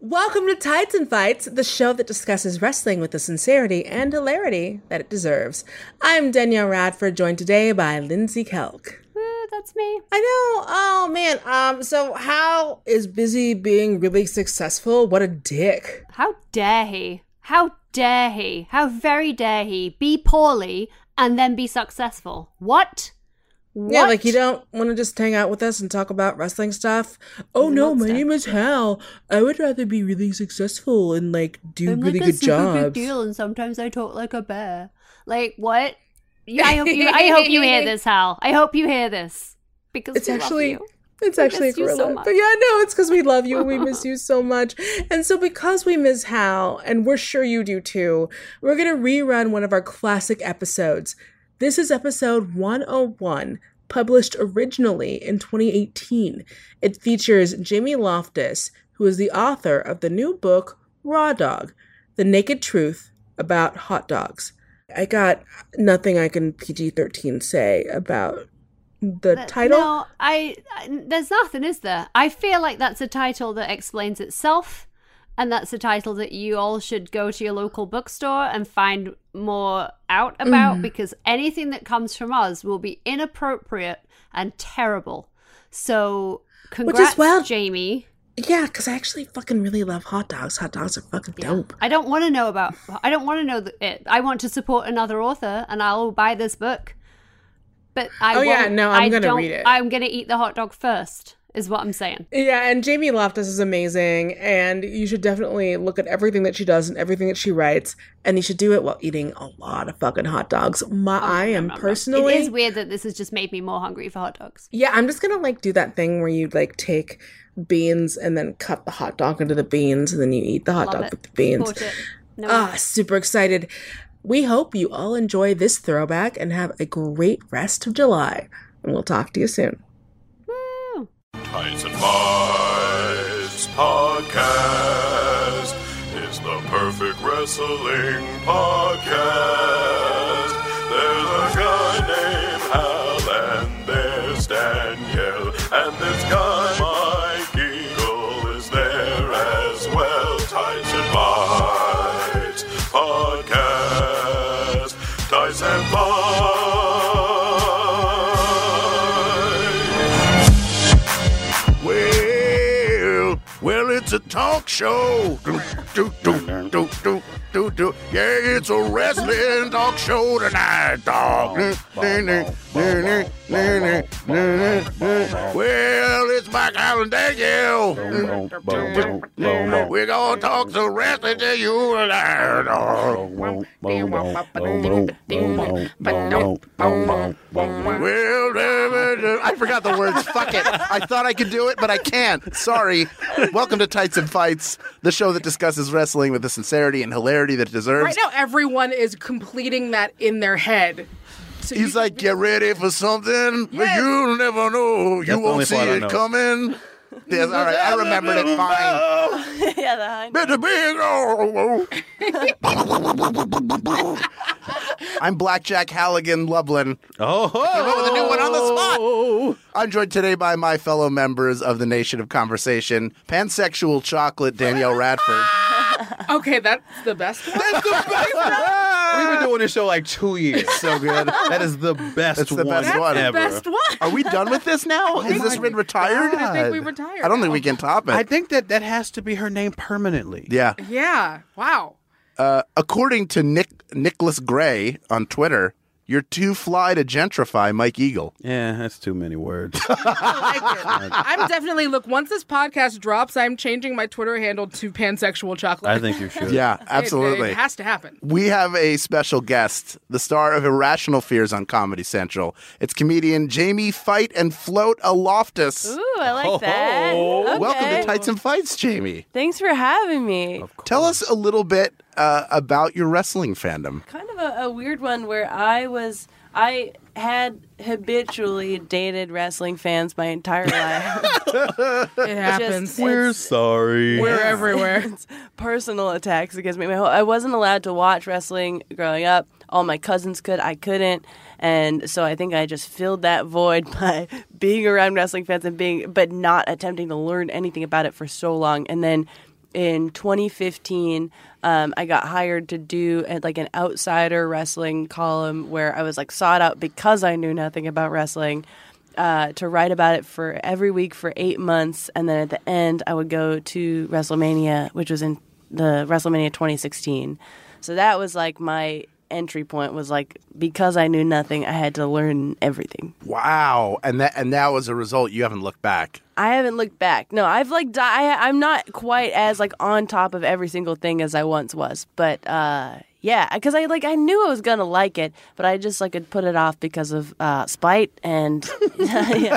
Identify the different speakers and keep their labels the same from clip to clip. Speaker 1: Welcome to Tights and Fights, the show that discusses wrestling with the sincerity and hilarity that it deserves. I'm Danielle Radford, joined today by Lindsay Kelk.
Speaker 2: Ooh, that's me.
Speaker 1: I know. Oh man. Um. So how is busy being really successful? What a dick.
Speaker 2: How dare he? How dare he? How very dare he be poorly and then be successful? What? What?
Speaker 1: Yeah, like you don't want to just hang out with us and talk about wrestling stuff. Oh no, my
Speaker 2: stuff.
Speaker 1: name is Hal. I would rather be really successful and like do
Speaker 2: I'm
Speaker 1: really
Speaker 2: like a
Speaker 1: good
Speaker 2: super big
Speaker 1: jobs.
Speaker 2: deal, and sometimes I talk like a bear. Like what? Yeah, I hope you. I hope you hear this, Hal. I hope you hear this because
Speaker 1: It's
Speaker 2: we love
Speaker 1: actually
Speaker 2: you.
Speaker 1: it's actually a
Speaker 2: miss you so
Speaker 1: gorilla.
Speaker 2: much.
Speaker 1: but yeah, no, it's because we love you and we miss you so much. And so because we miss Hal, and we're sure you do too, we're gonna rerun one of our classic episodes. This is episode 101, published originally in 2018. It features Jamie Loftus, who is the author of the new book Raw Dog: The Naked Truth About Hot Dogs. I got nothing I can PG-13 say about the
Speaker 2: That-
Speaker 1: title.
Speaker 2: No, I, I- There's nothing, is there? I feel like that's a title that explains itself, and that's a title that you all should go to your local bookstore and find more out about
Speaker 1: Mm.
Speaker 2: because anything that comes from us will be inappropriate and terrible. So, congrats,
Speaker 1: wild.
Speaker 2: Jamie.
Speaker 1: Yeah, because I actually fucking really love hot dogs. Hot dogs are fucking dope.
Speaker 2: I don't want to know about. I don't want to know th- it. I want to support another author, and I'll buy this book. But I
Speaker 1: Oh, yeah,
Speaker 2: won't-
Speaker 1: no, I'm
Speaker 2: I
Speaker 1: gonna
Speaker 2: don't-
Speaker 1: read it.
Speaker 2: I'm gonna eat the hot dog first. Is what I'm saying.
Speaker 1: Yeah, and Jamie Loftus is amazing, and you should definitely look at everything that she does and everything that she writes, and you should do it while eating a lot of fucking hot dogs.
Speaker 2: Oh,
Speaker 1: My, I am personally.
Speaker 2: It is weird that this has just made me more hungry for hot dogs.
Speaker 1: Yeah, I'm just gonna like do that thing where you like take beans and then cut the hot dog into the beans, and then you eat the hot
Speaker 2: Love
Speaker 1: dog
Speaker 2: it.
Speaker 1: with the beans.
Speaker 2: Bought it. No,
Speaker 1: Ah, super excited. We hope you all enjoy this throwback and have a great rest of July, and we'll talk to you soon.
Speaker 2: woo.
Speaker 3: Tights and Fights Podcast is the perfect wrestling podcast. There's a guy named Hal, and there's Danielle, and this guy, Mike Eagle, is there as well. Tights and Fights Podcast. Tights and Fights. Well, well, it's a talk show. Do, do, do, do, do, do, do. Yeah, it's a wrestling talk show tonight, dog. Well, it's Mike Allen Daniel. We're gonna talk some wrestling to you tonight, dog. Well,
Speaker 4: I forgot the words. Fuck it. I thought I could do it, but I can't. Sorry. Welcome to Tights and Fights, the show that discusses wrestling with the sincerity and hilarity that it deserves.
Speaker 5: Right now, everyone is completing that in their head. So
Speaker 4: He's
Speaker 5: you-
Speaker 4: like,
Speaker 3: Get ready for something
Speaker 5: Yes.
Speaker 3: you'll never know.
Speaker 4: the
Speaker 3: you won't
Speaker 4: only
Speaker 3: see
Speaker 4: part I
Speaker 3: it
Speaker 4: know.
Speaker 3: coming.
Speaker 4: yes, all right, I remembered it fine.
Speaker 3: Better be oh, oh.
Speaker 4: oh. I'm Blackjack Halligan Lublin. Oh, the new one on the spot. I'm joined today by my fellow members of the Nation of Conversation, pansexual chocolate Danielle Radford.
Speaker 5: okay, that's the best. One.
Speaker 6: We've been doing this show like two years. So good. That is the best
Speaker 4: That's the
Speaker 6: one
Speaker 4: best one.
Speaker 6: ever.
Speaker 5: best one.
Speaker 4: Are we done with this now? Is this been retired?
Speaker 5: Oh I think we retired.
Speaker 4: I don't think we can top it.
Speaker 6: I think that that has to be her name permanently.
Speaker 4: yeah.
Speaker 5: Yeah. Wow.
Speaker 4: Uh, according to Nick Nicholas Gray on Twitter, you're too fly to gentrify Mike Eagle.
Speaker 6: Yeah, that's too many words.
Speaker 5: I like it. I'm definitely look. Once this podcast drops, I'm changing my Twitter handle to pansexual chocolate.
Speaker 6: I think you should.
Speaker 4: Yeah,
Speaker 5: It-
Speaker 4: absolutely.
Speaker 5: It, has to happen.
Speaker 4: we have a special guest, the star of Irrational Fears on Comedy Central. It's comedian Jamie Fight and Float Aloftus.
Speaker 7: Ooh, I like that. Okay.
Speaker 4: Welcome to Tights and Fights, Jamie.
Speaker 7: Thanks for having me.
Speaker 4: Tell us a little bit uh, about your wrestling fandom.
Speaker 7: Kind of a, a weird one where I was, I had habitually dated wrestling fans my entire life.
Speaker 5: It happens.
Speaker 6: We're
Speaker 7: it's
Speaker 6: sorry.
Speaker 5: We're everywhere.
Speaker 7: personal attacks against me. My whole, I wasn't allowed to watch wrestling growing up. All my cousins could, I couldn't. And so I think I just filled that void by being around wrestling fans and being, but not attempting to learn anything about it for so long. And then in 2015, um, I got hired to do uh, like an outsider wrestling column where I was like sought out because I knew nothing about wrestling uh, to write about it for every week for eight months, and then at the end, I would go to WrestleMania, which was in the WrestleMania 2016. So that was like my entry point was like because I knew nothing, I had to learn everything.
Speaker 4: Wow. And that and that was a result you haven't looked back.
Speaker 7: I haven't looked back. No, I've like di- I, I'm not quite as like on top of every single thing as I once was, but uh, yeah, because I like I knew I was gonna like it, but I just like had put it off because of uh, spite and yeah,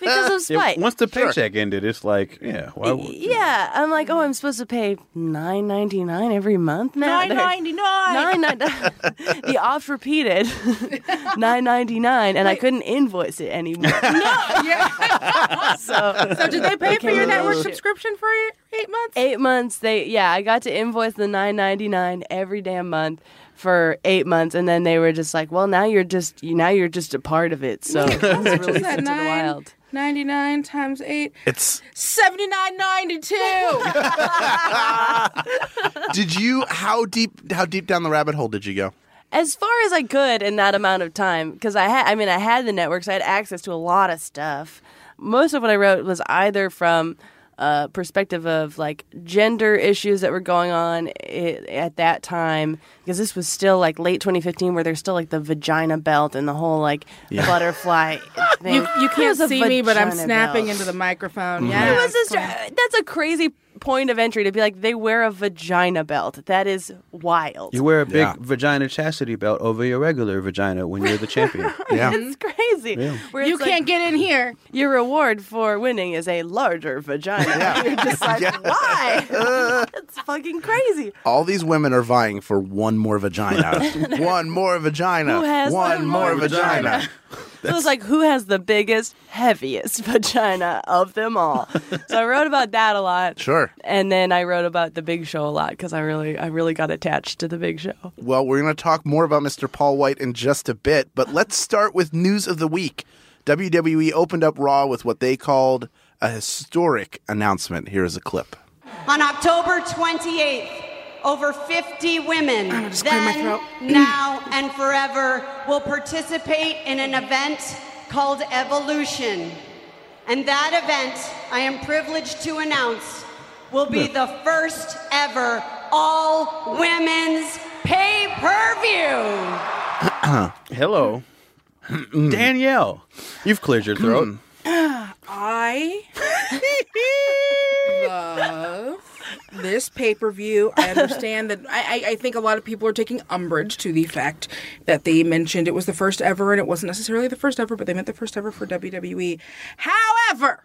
Speaker 7: because of
Speaker 6: Yeah,
Speaker 7: spite.
Speaker 6: once the paycheck ended, it's like, yeah, why would-
Speaker 7: Yeah, I'm like, oh, I'm supposed to pay nine ninety nine every month now.
Speaker 1: Nine ninety nine.
Speaker 7: Nine nine. the oft repeated nine ninety nine, and I couldn't invoice it anymore. so
Speaker 1: So did they pay for your
Speaker 7: became
Speaker 1: network
Speaker 7: bullshit.
Speaker 1: subscription for eight, eight months?
Speaker 7: Eight months. They yeah, I got to invoice the nine ninety nine every damn month for eight months, and then they were just like, well, now you're just you now you're just a part of it. So let's release it to the
Speaker 1: nine?
Speaker 7: wild.
Speaker 1: Ninety nine times eight.
Speaker 4: It's
Speaker 1: Seventy nine ninety two.
Speaker 4: Did you how deep how deep down the rabbit hole did you go?
Speaker 7: as far as I could in that amount of time because I had I mean I had the networks I had access to a lot of stuff. Most of what I wrote was either from a perspective of like gender issues that were going on i at that time because this was still like late 2015 where there's still like the vagina belt and the whole like butterfly thing.
Speaker 1: You, you can't
Speaker 7: There's a
Speaker 1: see me, but I'm
Speaker 7: vagina
Speaker 1: snapping
Speaker 7: belt.
Speaker 1: into the microphone. Yeah,
Speaker 7: It was just- that's a crazy point of entry to be like they wear a vagina belt. That is wild.
Speaker 6: You wear a big
Speaker 4: Yeah.
Speaker 6: vagina chastity belt over your regular vagina when you're the champion.
Speaker 4: Yeah.
Speaker 7: it's crazy. Where
Speaker 1: you
Speaker 7: it's like-
Speaker 1: can't get in here.
Speaker 7: your reward for winning is a larger vagina. You're just like, why? That's fucking crazy.
Speaker 4: All these women are vying for one more vagina. one more vagina.
Speaker 7: Who has
Speaker 4: one
Speaker 7: one
Speaker 4: more
Speaker 7: more
Speaker 4: vagina.
Speaker 7: So it's like, who has the biggest, heaviest vagina of them all? so I wrote about that a lot.
Speaker 4: Sure.
Speaker 7: And then I wrote about the Big Show a lot because I really, I really got attached to the Big Show.
Speaker 4: Well, we're going to talk more about Mr. Paul White in just a bit, but let's start with news of the week. WWE opened up Raw with what they called a historic announcement. Here is a clip.
Speaker 8: On October 28th, over 50 women,
Speaker 1: clear my
Speaker 8: then,
Speaker 1: throat.
Speaker 8: now, and forever, will participate in an event called Evolution. And that event, I am privileged to announce, will be the first ever all women's pay per view.
Speaker 6: Hello, Danielle. Mm. You've cleared your throat.
Speaker 1: I love this pay per view. I understand that I, I, I think a lot of people are taking umbrage to the fact that they mentioned it was the first ever, and it wasn't necessarily the first ever, but they meant the first ever for WWE. However,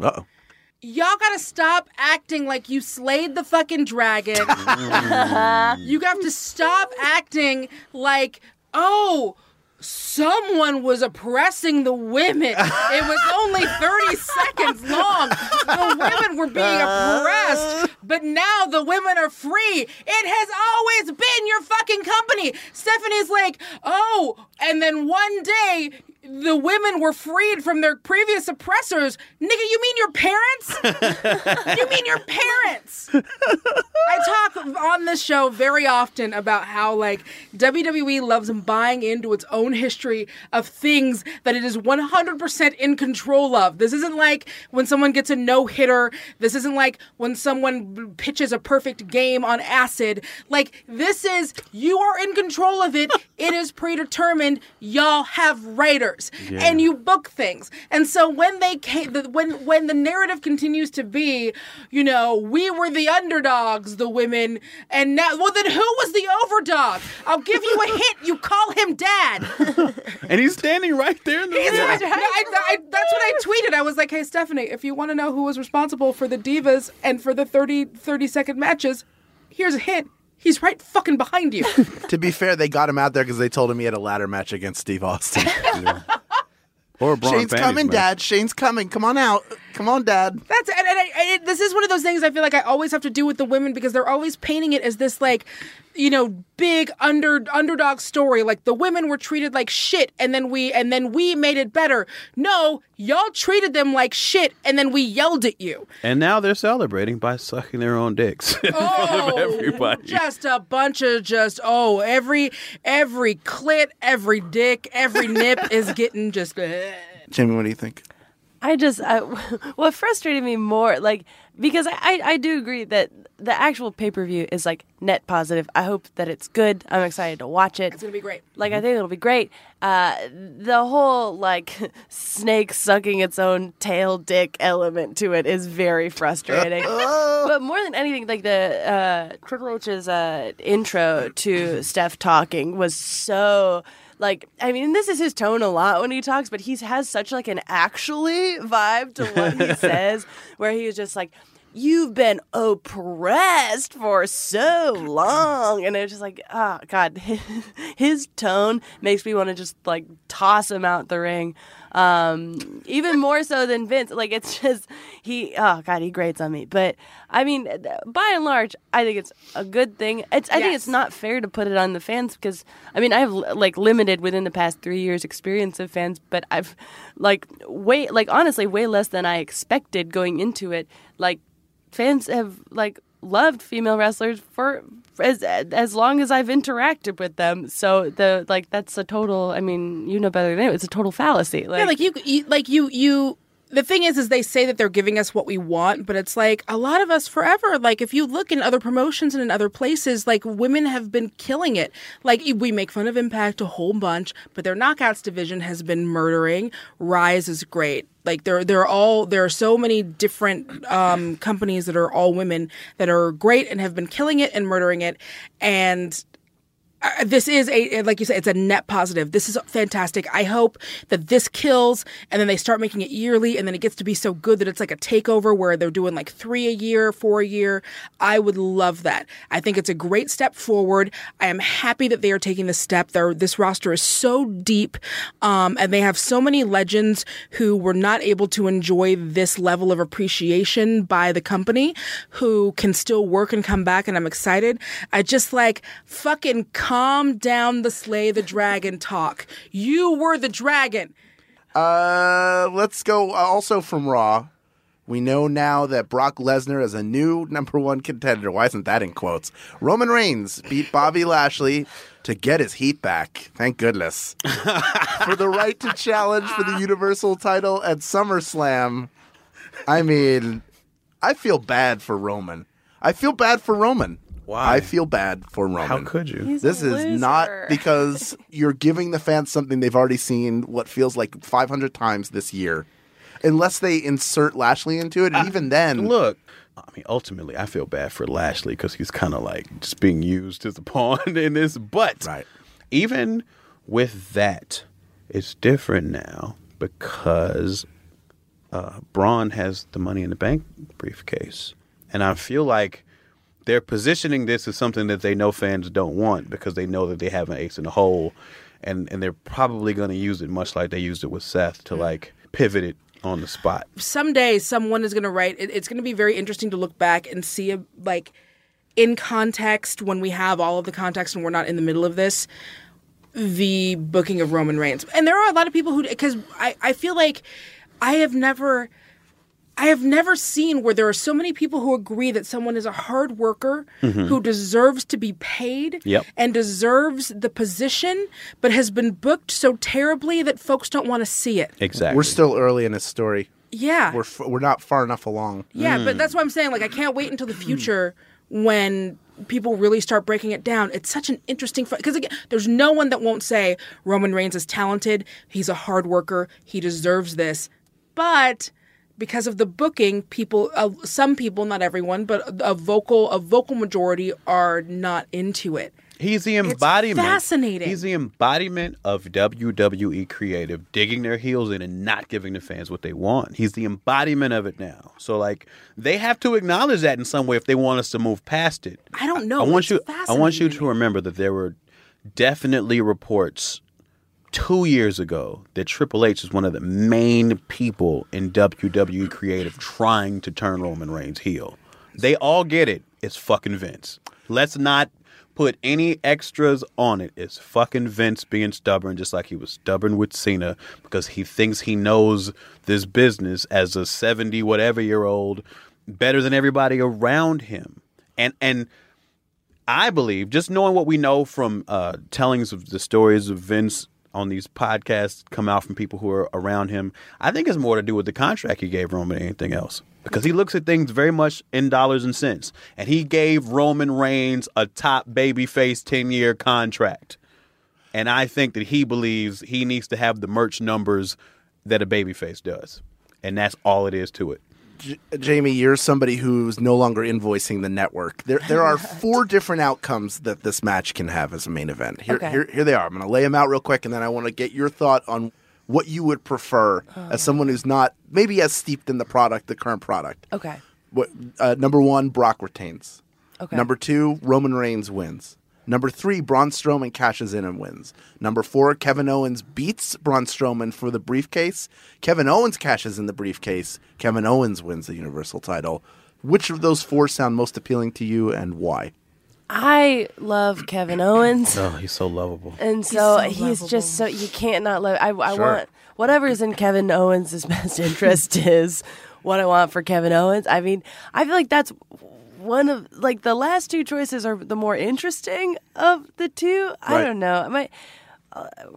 Speaker 4: Uh oh.
Speaker 1: y'all gotta stop acting like you slayed the fucking dragon. you have to stop acting like, oh, someone was oppressing the women. It was only 30 seconds long. The women were being oppressed, but now the women are free. It has always been your fucking company. Stephanie's like, oh, and then one day the women were freed from their previous oppressors. Nigga, you mean your parents? you mean your parents? I talk on this show very often about how like WWE loves buying into its own history of things that it is 100% in control of. This isn't like when someone gets a no-hitter. This isn't like when someone b- pitches a perfect game on acid. Like this is you are in control of it. it is predetermined. Y'all have writers and you book things. And so when they came the, when when the narrative continues to be, you know, we were the underdogs, the women, and now, well, then who was the overdog? I'll give you a hint. You call him dad.
Speaker 6: And he's standing right there in the
Speaker 1: He's
Speaker 6: middle.
Speaker 1: my dad. No, I- I- that's what I tweeted. I was like, hey, Stephanie, if you want to know who was responsible for the divas and for the 30, 30 second matches, here's a hint. He's right fucking behind you.
Speaker 4: To be fair, they got him out there because they told him he had a ladder match against Steve Austin.
Speaker 6: Or Braun
Speaker 4: Shane's
Speaker 6: Fanny's
Speaker 4: coming,
Speaker 6: man.
Speaker 4: Dad. Shane's coming. Come on out. Come on, Dad.
Speaker 1: That's and, and, I- and it, this is one of those things I feel like I always have to do with the women because they're always painting it as this like, you know, big under underdog story. Like the women were treated like shit, and then we and then we made it better. No, y'all treated them like shit, and then we yelled at you.
Speaker 6: And now they're celebrating by sucking their own dicks in front of everybody.
Speaker 1: Just a bunch of just oh every every clit, every dick, every nip is getting just. eh.
Speaker 4: Jamie, what do you think?
Speaker 7: I just I, what frustrated me more, like because I, I I do agree that the actual pay per view is like net positive. I hope that it's good. I'm excited to watch it.
Speaker 1: It's gonna be great.
Speaker 7: Like I think it'll be great. Uh, the whole like snake sucking its own tail dick element to it is very frustrating. but more than anything, like the uh, Triple H's uh, intro to Steph talking was so like I mean this is his tone a lot when he talks, but he has such like an actually vibe to what he says, where he was just like. You've been oppressed for so long. And it's just like, oh, God, his tone makes me want to just like toss him out the ring. Um, even more so than Vince. Like, it's just, he, oh, God, he grates on me. But I mean, th- by and large, I think it's a good thing. It's, I think it's
Speaker 1: Yes.
Speaker 7: not fair to put it on the fans because, I mean, I have like limited within the past three years experience of fans, but I've like way, like, honestly, way less than I expected going into it. Like, fans have like loved female wrestlers for as as long as I've interacted with them. So the like that's a total. I mean, you know better than I. do, It's a total fallacy. Like,
Speaker 1: Yeah, like you, you, like you, you. The thing is, is they say that they're giving us what we want, but it's like a lot of us forever. Like if you look in other promotions and in other places, like women have been killing it. Like we make fun of Impact a whole bunch, but their knockouts division has been murdering. Rise is great. Like they're they're all there are so many different um, companies that are all women that are great and have been killing it and murdering it, and uh, this is a like you said it's a net positive this is fantastic i hope that this kills and then they start making it yearly and then it gets to be so good that it's like a takeover where they're doing like three a year four a year i would love that i think it's a great step forward i am happy that they are taking this step Their this roster is so deep um, and they have so many legends who were not able to enjoy this level of appreciation by the company who can still work and come back and i'm excited i just like fucking calm down the slay the dragon talk you were the dragon
Speaker 4: Uh, let's go. uh, Also from Raw, we know now that Brock Lesnar is a new number one contender. Why isn't that in quotes? Roman Reigns beat Bobby Lashley to get his heat back. Thank goodness for the right to challenge for the Universal title at SummerSlam. I mean, I feel bad for Roman. I feel bad for Roman.
Speaker 6: Why?
Speaker 4: I feel bad for Roman.
Speaker 6: How could you?
Speaker 4: This
Speaker 7: a
Speaker 4: is not
Speaker 7: loser.
Speaker 4: because you're giving the fans something they've already seen what feels like 500 times this year. Unless they insert Lashley into it, and even then,
Speaker 6: Look, I mean, ultimately, I feel bad for Lashley because he's kind of like just being used as a pawn in this. But
Speaker 4: Right.
Speaker 6: even with that, it's different now because uh, Braun has the Money in the Bank briefcase, and I feel like. They're positioning this as something that they know fans don't want because they know that they have an ace in the hole, and, and they're probably going to use it much like they used it with Seth
Speaker 4: Mm.
Speaker 6: to like pivot it on the spot.
Speaker 1: someday someone is going to write it, it's going to be very interesting to look back and see a, like in context when we have all of the context and we're not in the middle of this the booking of roman reigns and there are a lot of people who because I, I feel like i have never I have never seen where there are so many people who agree that someone is a hard worker who deserves to be paid
Speaker 6: Yep.
Speaker 1: and deserves the position, but has been booked so terribly that folks don't want to see it.
Speaker 6: Exactly.
Speaker 4: we're still early in his story.
Speaker 1: Yeah.
Speaker 4: We're f- we're not far enough along.
Speaker 1: Yeah, but that's what I'm saying. Like, I can't wait until the future when people really start breaking it down. It's such an interesting because again, there's no one that won't say Roman Reigns is talented. He's a hard worker. He deserves this. But because of the booking, people, uh, some people, not everyone, but a vocal, a vocal majority are not into it.
Speaker 6: He's the embodiment.
Speaker 1: fascinating.
Speaker 6: He's the embodiment of WWE creative digging their heels in and not giving the fans what they want. He's the embodiment of it now. So like they have to acknowledge that in some way if they want us to move past it.
Speaker 1: I don't know.
Speaker 6: I want
Speaker 1: It's
Speaker 6: you I want you
Speaker 1: fascinating.
Speaker 6: to remember that there were definitely reports two years ago that Triple H is one of the main people in WWE creative trying to turn Roman Reigns heel. They all get it. It's fucking Vince. Let's not put any extras on it. It's fucking Vince being stubborn, just like he was stubborn with Cena because he thinks he knows this business as a 70 whatever year old better than everybody around him. And, and, I believe, just knowing what we know from uh, tellings of the stories of Vince on these podcasts come out from people who are around him, I think it's more to do with the contract he gave Roman than anything else. Because he looks at things very much in dollars and cents. And he gave Roman Reigns a top babyface 10 year contract. And I think that he believes he needs to have the merch numbers that a babyface does. And that's all it is to it.
Speaker 4: J- Jamie, you're somebody who's no longer invoicing the network. There, there are four different outcomes that this match can have as a main event. Here,
Speaker 7: Okay.
Speaker 4: here, here they are. I'm going to lay them out real quick, and then I want to get your thought on what you would prefer
Speaker 7: Oh.
Speaker 4: as someone who's not maybe as steeped in the product, the current product.
Speaker 7: Okay.
Speaker 4: What uh, number one? Brock retains.
Speaker 7: Okay.
Speaker 4: Number two, Roman Reigns wins. Number three, Braun Strowman cashes in and wins. Number four, Kevin Owens beats Braun Strowman for the briefcase. Kevin Owens cashes in the briefcase. Kevin Owens wins the Universal title. Which of those four sound most appealing to you and why?
Speaker 7: I love Kevin Owens.
Speaker 6: Oh, he's so lovable.
Speaker 7: And so he's, just so you can't not love. I, I want whatever's in Kevin Owens' best interest is what I want for Kevin Owens. I mean, I feel like that's one of like the last two choices are the more interesting of the two. I
Speaker 4: Right.
Speaker 7: don't know. I might,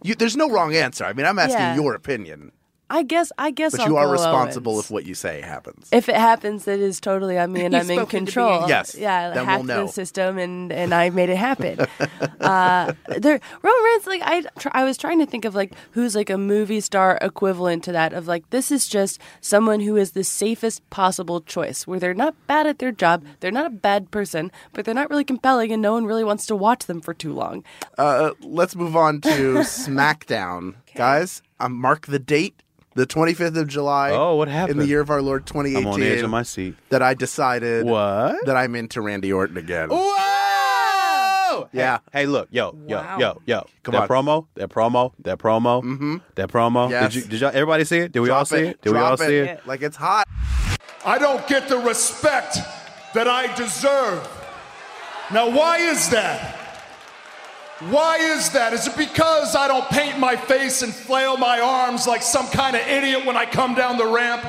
Speaker 4: You, there's no wrong answer. I mean, I'm asking
Speaker 7: Yeah.
Speaker 4: your opinion,
Speaker 7: I guess. I guess.
Speaker 4: but
Speaker 7: I'll
Speaker 4: you are
Speaker 7: go
Speaker 4: responsible
Speaker 7: Owens.
Speaker 4: if what you say happens.
Speaker 7: If it happens, it is totally on me and
Speaker 1: You've
Speaker 7: I'm in
Speaker 1: spoken to
Speaker 7: control.
Speaker 1: being-
Speaker 4: Yes,
Speaker 7: Yeah,
Speaker 4: then
Speaker 7: I hacked
Speaker 4: we'll know.
Speaker 7: the system and, and I made it happen. uh, there, Roman Reigns, like, I, tr- I was trying to think of, like, who's, like, a movie star equivalent to that of, like, this is just someone who is the safest possible choice where they're not bad at their job, they're not a bad person, but they're not really compelling and no one really wants to watch them for too long.
Speaker 4: Uh, let's move on to SmackDown, guys. Um, mark the date, the 25th of July.
Speaker 6: Oh, what
Speaker 4: in
Speaker 6: happened?
Speaker 4: the year of our Lord 2018?
Speaker 6: I'm on the edge of my seat.
Speaker 4: that I decided
Speaker 6: What?
Speaker 4: that I'm into Randy Orton again.
Speaker 6: Whoa!
Speaker 4: Yeah.
Speaker 6: Hey, hey, look, yo, yo,
Speaker 1: Wow.
Speaker 6: yo, yo.
Speaker 4: Come
Speaker 6: that
Speaker 4: on.
Speaker 6: promo, that promo, that promo, mm-hmm. that promo.
Speaker 4: Yes.
Speaker 6: Did you? Did y'all? Everybody see it? Did we all
Speaker 4: Drop
Speaker 6: see it? Did we
Speaker 4: drop
Speaker 6: all see it?
Speaker 4: Like it's hot.
Speaker 9: I don't get the respect that I deserve. Now, why is that? Why is that? Is it because I don't paint my face and flail my arms like some kind of idiot when I come down the ramp?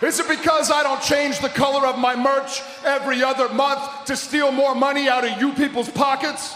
Speaker 9: Is it because I don't change the color of my merch every other month to steal more money out of you people's pockets?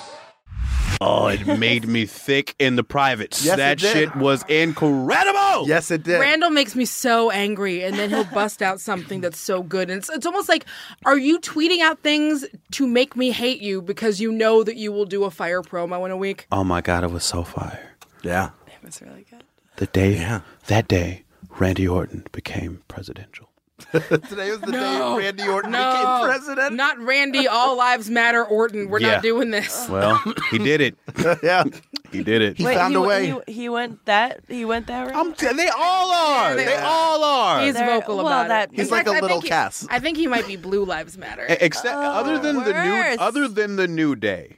Speaker 6: Oh, it made me thick in the privates.
Speaker 4: Yes, it
Speaker 6: that
Speaker 4: did.
Speaker 6: shit was incredible.
Speaker 4: Yes, it did.
Speaker 1: Randall makes me so angry, and then he'll bust out something that's so good. And it's, it's almost like, are you tweeting out things to make me hate you because you know that you will do a fire promo in a week?
Speaker 6: Oh my god, it was so fire.
Speaker 4: yeah.
Speaker 7: It was really good.
Speaker 6: The day,
Speaker 4: Yeah.
Speaker 6: that day, Randy Orton became presidential.
Speaker 4: Today was the day Randy Orton
Speaker 1: No,
Speaker 4: became president.
Speaker 1: not Randy. All lives matter, Orton. We're
Speaker 6: Yeah.
Speaker 1: not doing this.
Speaker 6: Well, he did it.
Speaker 4: yeah.
Speaker 6: He did it.
Speaker 4: He found
Speaker 7: he,
Speaker 4: a way.
Speaker 7: He, he went that, he went that route?
Speaker 6: I'm t- they all are. They all are.
Speaker 1: He's
Speaker 7: There-
Speaker 1: vocal
Speaker 7: well,
Speaker 1: about
Speaker 7: that-
Speaker 1: it. In
Speaker 4: He's like
Speaker 1: fact,
Speaker 4: a
Speaker 1: I
Speaker 4: little Eh.
Speaker 1: think he-
Speaker 4: Cass.
Speaker 1: I think he might be Blue Lives Matter.
Speaker 6: Except E-, other than the new
Speaker 7: worse.
Speaker 6: other than the new day.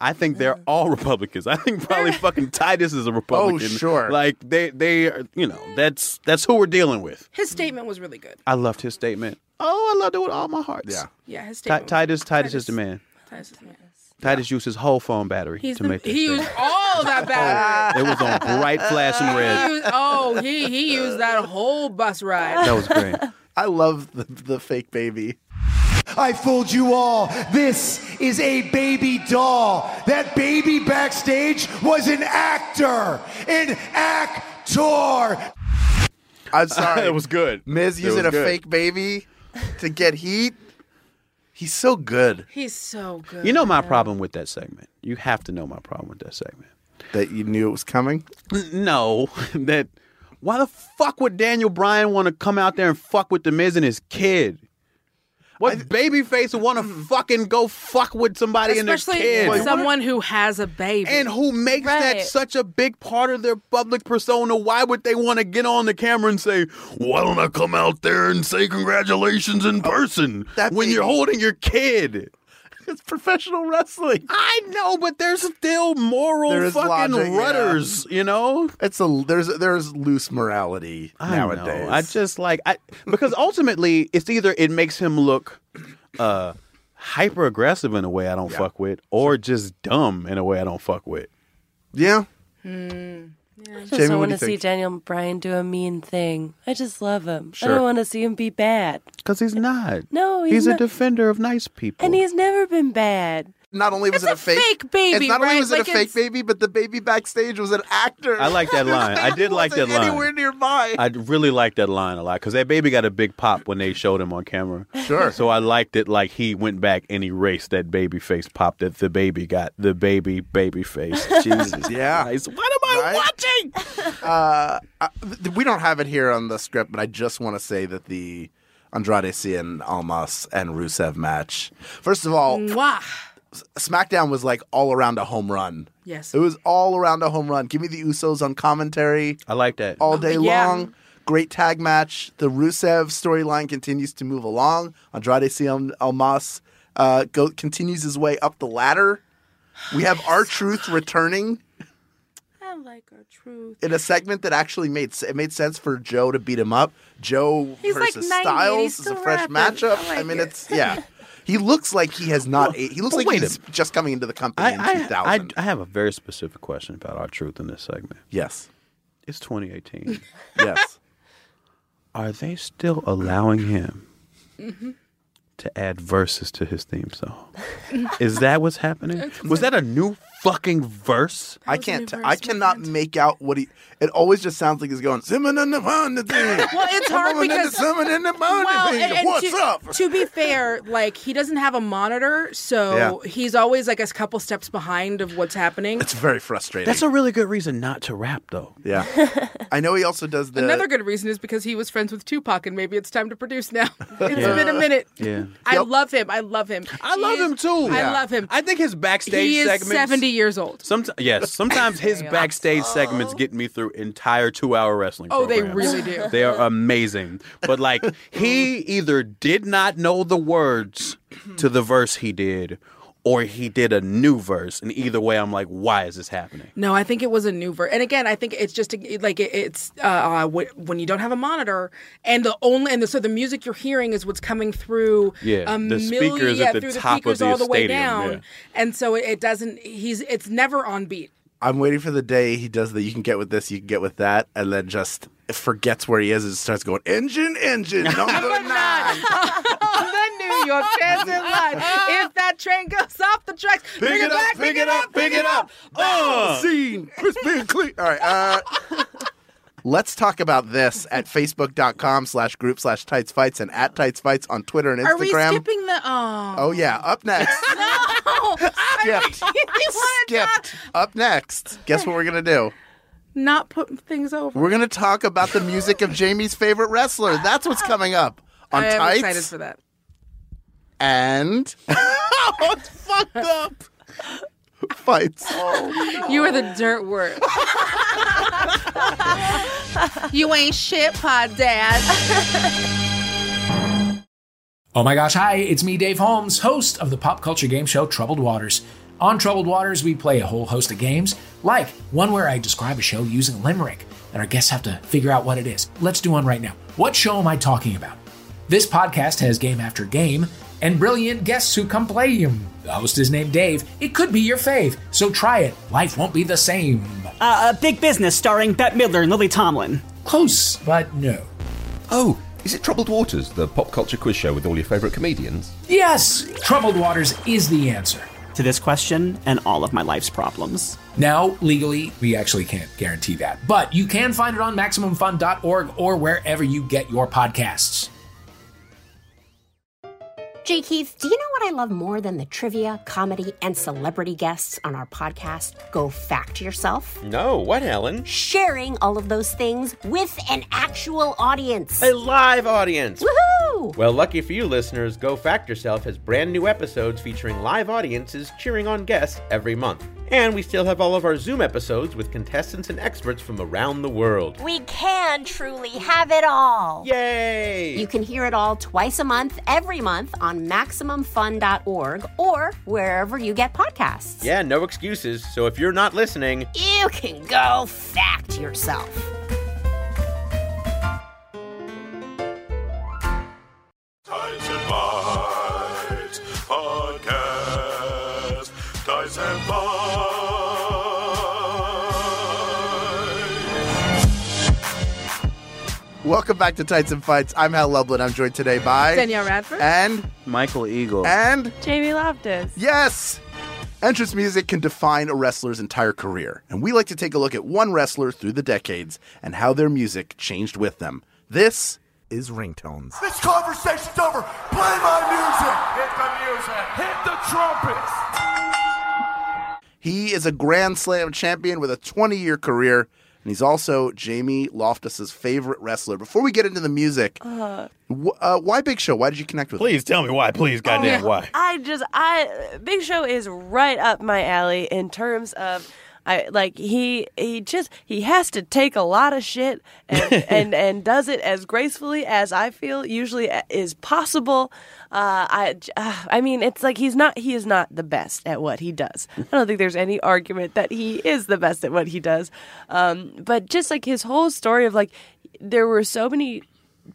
Speaker 6: I think they're all Republicans. I think probably fucking Titus is a Republican.
Speaker 4: sure.
Speaker 6: Like they they are- you know, that's that's who we're dealing with.
Speaker 1: His statement was really good.
Speaker 6: I loved his statement. Oh, I loved it with all my heart.
Speaker 4: Yeah.
Speaker 1: Yeah, his
Speaker 6: Ti-
Speaker 1: statement.
Speaker 6: Titus Titus is the man.
Speaker 1: Titus is the man.
Speaker 6: Titus used his whole phone battery
Speaker 1: He's
Speaker 6: to
Speaker 1: the,
Speaker 6: make this
Speaker 1: he
Speaker 6: thing.
Speaker 1: used all of that battery.
Speaker 6: It was on bright flashing
Speaker 1: He
Speaker 6: red.
Speaker 1: used- oh, he he used that whole bus ride.
Speaker 6: That was great.
Speaker 4: I love the, the fake baby.
Speaker 9: I fooled you all. This is a baby doll. That baby backstage was an actor. An actor.
Speaker 4: I'm sorry.
Speaker 6: it was good.
Speaker 4: Miz
Speaker 6: it
Speaker 4: using
Speaker 6: was
Speaker 4: a
Speaker 6: good.
Speaker 4: fake baby to get heat. He's so good
Speaker 1: He's so good.
Speaker 6: You know my problem with that segment. You have to know my problem with that segment.
Speaker 4: that you knew it was coming.
Speaker 6: No, that why the fuck would Daniel Bryan want to come out there and fuck with the Miz and his kid? What babyface would want to
Speaker 4: Mm.
Speaker 6: fucking go fuck with somebody
Speaker 1: especially
Speaker 6: and their kid?
Speaker 1: someone who has a baby.
Speaker 6: and who makes that
Speaker 7: Right.
Speaker 6: such a big part of their public persona? Why would they want to get on the camera and say, "Why don't I come out there and say congratulations in person
Speaker 4: Oh, that
Speaker 6: when
Speaker 4: baby-
Speaker 6: you're holding your kid?"
Speaker 4: It's professional wrestling.
Speaker 6: I know, but there's still moral
Speaker 4: There is
Speaker 6: fucking
Speaker 4: logic, yeah.
Speaker 6: rudders, you know?
Speaker 4: It's a there's there's loose morality
Speaker 6: I know.
Speaker 4: nowadays.
Speaker 6: I just like I because ultimately it's either it makes him look uh hyper aggressive in a way I don't fuck with, or just dumb in a way I don't fuck with.
Speaker 4: yeah.
Speaker 7: I just
Speaker 4: Jamie, what
Speaker 7: don't want
Speaker 4: do
Speaker 7: to
Speaker 4: you
Speaker 7: see
Speaker 4: think?
Speaker 7: Daniel Bryan do a mean thing. I just love him. I
Speaker 6: Sure.
Speaker 7: don't want to see him be bad.
Speaker 6: Because he's not.
Speaker 7: No,
Speaker 6: he's,
Speaker 7: he's
Speaker 6: a
Speaker 7: not.
Speaker 6: defender of nice people.
Speaker 7: And he's never been bad.
Speaker 4: Not only was it
Speaker 1: It's a
Speaker 4: a fake,
Speaker 1: fake baby,
Speaker 4: it's not only
Speaker 1: right?
Speaker 4: was it
Speaker 1: Like,
Speaker 4: a
Speaker 1: it's-
Speaker 4: fake baby, but the baby backstage was an actor.
Speaker 6: I like that line. I did like that
Speaker 4: Wasn't
Speaker 6: line.
Speaker 4: Anywhere nearby.
Speaker 6: I really liked that line a lot because that baby got a big pop when they showed him on camera.
Speaker 4: Sure.
Speaker 6: So I liked it. Like he went back and erased that baby face pop that the baby got. The baby baby face. Jesus.
Speaker 4: yeah.
Speaker 6: Christ. What am I
Speaker 4: Right?
Speaker 6: watching?
Speaker 4: uh, I- th- we don't have it here on the script, but I just want to say that the Andrade Cien Almas and Rusev match. First of all,
Speaker 1: Mwah.
Speaker 4: SmackDown was like all around a home run.
Speaker 1: Yes.
Speaker 4: It was all around a home run. Give me the Usos on commentary
Speaker 6: I like that.
Speaker 4: all day
Speaker 1: yeah.
Speaker 4: long. Great tag match. The Rusev storyline continues to move along. Andrade Cien Almas uh, go, continues his way up the ladder. We have our truth returning
Speaker 1: I like our truth.
Speaker 4: in a segment that actually made s- it made sense for Joe to beat him up. Joe
Speaker 1: He's like
Speaker 4: versus
Speaker 1: 90,
Speaker 4: Styles
Speaker 1: he's
Speaker 4: is a
Speaker 1: still
Speaker 4: fresh
Speaker 1: rapping.
Speaker 4: matchup.
Speaker 1: I
Speaker 4: I,
Speaker 1: like
Speaker 4: mean,
Speaker 1: it.
Speaker 4: it's yeah. He looks like he has not. a- he looks
Speaker 6: but
Speaker 4: like
Speaker 6: wait a
Speaker 4: he's just coming into the company in
Speaker 6: I,
Speaker 4: 2000.
Speaker 6: I, I, I have a very specific question about our truth in this segment.
Speaker 4: yes,
Speaker 6: It's 2018.
Speaker 4: yes.
Speaker 6: Are they still allowing him
Speaker 1: Mm-hmm.
Speaker 6: to add verses to his theme song? Is that what's happening? Was that a new fucking verse?
Speaker 4: I can't. T- I cannot make out what he. It always just sounds like he's going. Well,
Speaker 1: Well,
Speaker 4: it's
Speaker 1: it's hard because well, and, and
Speaker 4: what's
Speaker 1: to,
Speaker 4: up?
Speaker 1: to be fair, like he doesn't have a monitor, so
Speaker 4: Yeah.
Speaker 1: he's always like a couple steps behind of what's happening.
Speaker 4: It's very frustrating.
Speaker 6: That's a really good reason not to rap, though.
Speaker 4: yeah. I know he also does the.
Speaker 1: Another good reason is because he was friends with Tupac, and maybe it's time to produce now. It's been a minute.
Speaker 6: Yeah.
Speaker 1: I
Speaker 4: Yep.
Speaker 1: love him. I love him.
Speaker 6: I
Speaker 1: He
Speaker 6: love
Speaker 1: is-
Speaker 6: him too.
Speaker 1: I love him.
Speaker 6: I think his backstage
Speaker 1: he is
Speaker 6: segments.
Speaker 1: seventy years old.
Speaker 6: Sometimes, yes, sometimes his backstage segments get me through entire two-hour wrestling.
Speaker 1: Oh, they
Speaker 6: programs.
Speaker 1: really do.
Speaker 6: They are amazing. But like, he either did not know the words to the verse he did, or he did a new verse. And either way, I'm like, why is this happening?
Speaker 1: No, I think it was a new version. And again, I think it's just it- like it, it's uh, uh, wh- when you don't have a monitor, and the only and the, so the music you're hearing is what's coming through.
Speaker 6: Yeah, the
Speaker 1: a million-
Speaker 6: speakers
Speaker 1: yeah,
Speaker 6: at the
Speaker 1: through
Speaker 6: top
Speaker 1: the
Speaker 6: of
Speaker 1: speakers
Speaker 6: the
Speaker 1: all the way
Speaker 6: stadium,
Speaker 1: down,
Speaker 6: yeah.
Speaker 1: and so it, it doesn't. He's it's never on beat.
Speaker 4: I'm waiting for the day he does the you can get with this, you can get with that, and then just forgets where he is and starts going, engine, engine, number nine.
Speaker 1: On the New York Transit line, if that train goes off the tracks, pick, it back, pick it up, pick it up.
Speaker 4: Uh.
Speaker 6: Oh,
Speaker 4: Scene, crispy and clean. All right. Uh, let's talk about this at facebook.com slash group slash tights fights and at tights fights on Twitter and
Speaker 1: Are we
Speaker 4: Instagram.
Speaker 1: skipping the? Oh,
Speaker 4: Oh, yeah. Up next. Skipped.
Speaker 1: you want to
Speaker 4: Skipped. Up next. Guess what we're going to do?
Speaker 1: not put things over?
Speaker 4: We're going to talk about the music of Jamie's favorite wrestler. That's what's coming up on
Speaker 1: I am
Speaker 4: Tights.
Speaker 1: excited for that.
Speaker 4: and oh, it's fucked up. Fights.
Speaker 1: Oh, You are the dirt word. you ain't shit, Pod Dad.
Speaker 10: Oh my gosh, hi, it's me, Dave Holmes, host of the pop culture game show Troubled Waters. On Troubled Waters, we play a whole host of games, like one where I describe a show using a limerick, and our guests have to figure out what it is. Let's do one right now. What show am I talking about? This podcast has game after game and brilliant guests who come play him. The host is named Dave. It could be your fave, so try it. Life won't be the same.
Speaker 11: Uh, a big business starring Bette Midler and Lily Tomlin.
Speaker 10: Close, but no.
Speaker 3: Oh, is it Troubled Waters, the pop culture quiz show with all your favourite comedians?
Speaker 10: Yes, Troubled Waters is the answer.
Speaker 11: To this question and all of my life's problems.
Speaker 10: Now, legally, we actually can't guarantee that, but you can find it on MaximumFun.org or wherever you get your podcasts.
Speaker 12: Jay Keith, do you know what I love more than the trivia, comedy, and celebrity guests on our podcast, Go Fact Yourself?
Speaker 3: No, what, Helen?
Speaker 12: Sharing all of those things with an actual audience.
Speaker 3: live audience.
Speaker 12: Woohoo! do?
Speaker 13: Well, lucky for you, listeners, Go Fact Yourself has brand new episodes featuring live audiences cheering on guests every month. And we still have all of our Zoom episodes with contestants and experts from around the world.
Speaker 12: We can truly have it all.
Speaker 13: Yay!
Speaker 12: You can hear it all twice a month, every month on MaximumFun.org or wherever you get podcasts.
Speaker 13: Yeah, no excuses. So if you're not listening,
Speaker 12: You can go fact yourself.
Speaker 9: Dice and Bites Podcast. Dice and Bites.
Speaker 4: Welcome back to Tights and Fights. I'm Hal Lublin. I'm joined today by
Speaker 1: Danielle Radford.
Speaker 4: and
Speaker 6: Michael Eagle
Speaker 4: and
Speaker 7: Jamie Loftus.
Speaker 4: Yes! Entrance music can define a wrestler's entire career, and we like to take a look at one wrestler through the decades and how their music changed with them. This is Ringtones.
Speaker 9: This conversation's over. Play my music. Hit the music. Hit the trumpets.
Speaker 4: He is a Grand Slam champion with a 20 year career, and he's also Jamie Loftus's favorite wrestler. Before we get into the music,
Speaker 7: Uh,
Speaker 4: wh- uh, why Big Show? Why did you connect with him?
Speaker 13: Please tell me why. Please,
Speaker 7: Oh, yeah. I just I Big Show is right up my alley in terms of I like he he just he has to take a lot of shit and and, and does it as gracefully as I feel usually is possible. Uh, I j- uh, I mean it's like he's not he is not the best at what he does. I don't think there's any argument that he is the best at what he does. Um, but just like his whole story of like there were so many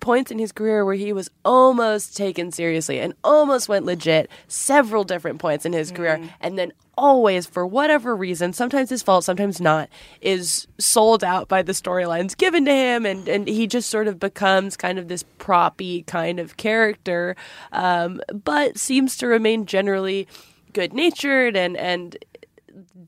Speaker 7: points in his career where he was almost taken seriously and almost went legit several different points in his career and then always for whatever reason sometimes his fault sometimes not is sold out by the storylines given to him and, and he just sort of becomes kind of this proppy kind of character um, but seems to remain generally good natured and and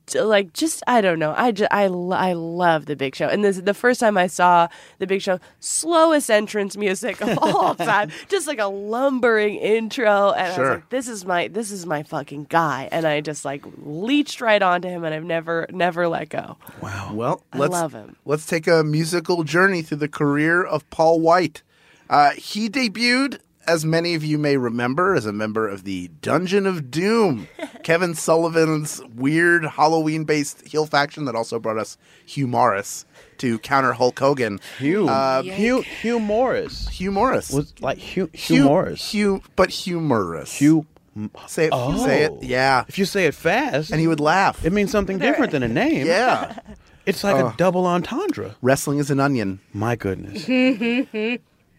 Speaker 7: d- like just I don't know. I just I lo- I love the Big Show, and this the first time I saw the Big Show, slowest entrance music of all time, just like a lumbering intro, and I
Speaker 9: Sure.
Speaker 7: was like, this is my this is my fucking guy, and I just like leached right onto him, and I've never never let go.
Speaker 4: Well,
Speaker 7: I
Speaker 4: let's,
Speaker 7: love him.
Speaker 4: Let's take a musical journey through the career of Paul White. Uh, he debuted, as many of you may remember, as a member of the Dungeon of Doom, Kevin Sullivan's weird Halloween based heel faction that also brought us Hugh Morris to counter Hulk Hogan. Hugh.
Speaker 6: Hugh, Hugh Morris.
Speaker 4: Hugh Morris.
Speaker 6: Was like Hugh, Hugh, Morris.
Speaker 4: Hugh, but humorous.
Speaker 6: Hugh.
Speaker 4: Say it.
Speaker 6: Oh.
Speaker 4: Say it. Yeah.
Speaker 6: If you say it fast, and
Speaker 4: he would laugh.
Speaker 6: It means something different than a name.
Speaker 4: Yeah.
Speaker 6: It's like
Speaker 4: Uh.
Speaker 6: a double entendre.
Speaker 4: Wrestling is an onion.
Speaker 6: My goodness.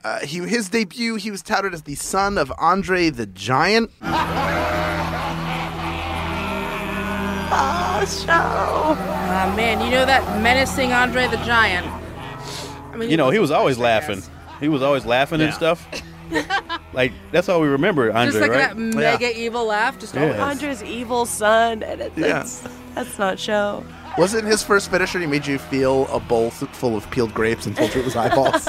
Speaker 4: Uh, he, his debut, he was touted as the son of Andre the Giant.
Speaker 1: Oh, show. Ah, man, you know that menacing Andre the Giant. I mean,
Speaker 6: You know, he was always laughing. He was always laughing and stuff. like that's all we remember, Andre.
Speaker 1: just like
Speaker 6: right?
Speaker 1: that mega evil laugh. Just
Speaker 6: Yes.
Speaker 1: always.
Speaker 7: Andre's evil son, and it's, it's- that's not show.
Speaker 4: Wasn't his first finisher he made you feel a bowl s- full of peeled grapes and told you it was eyeballs?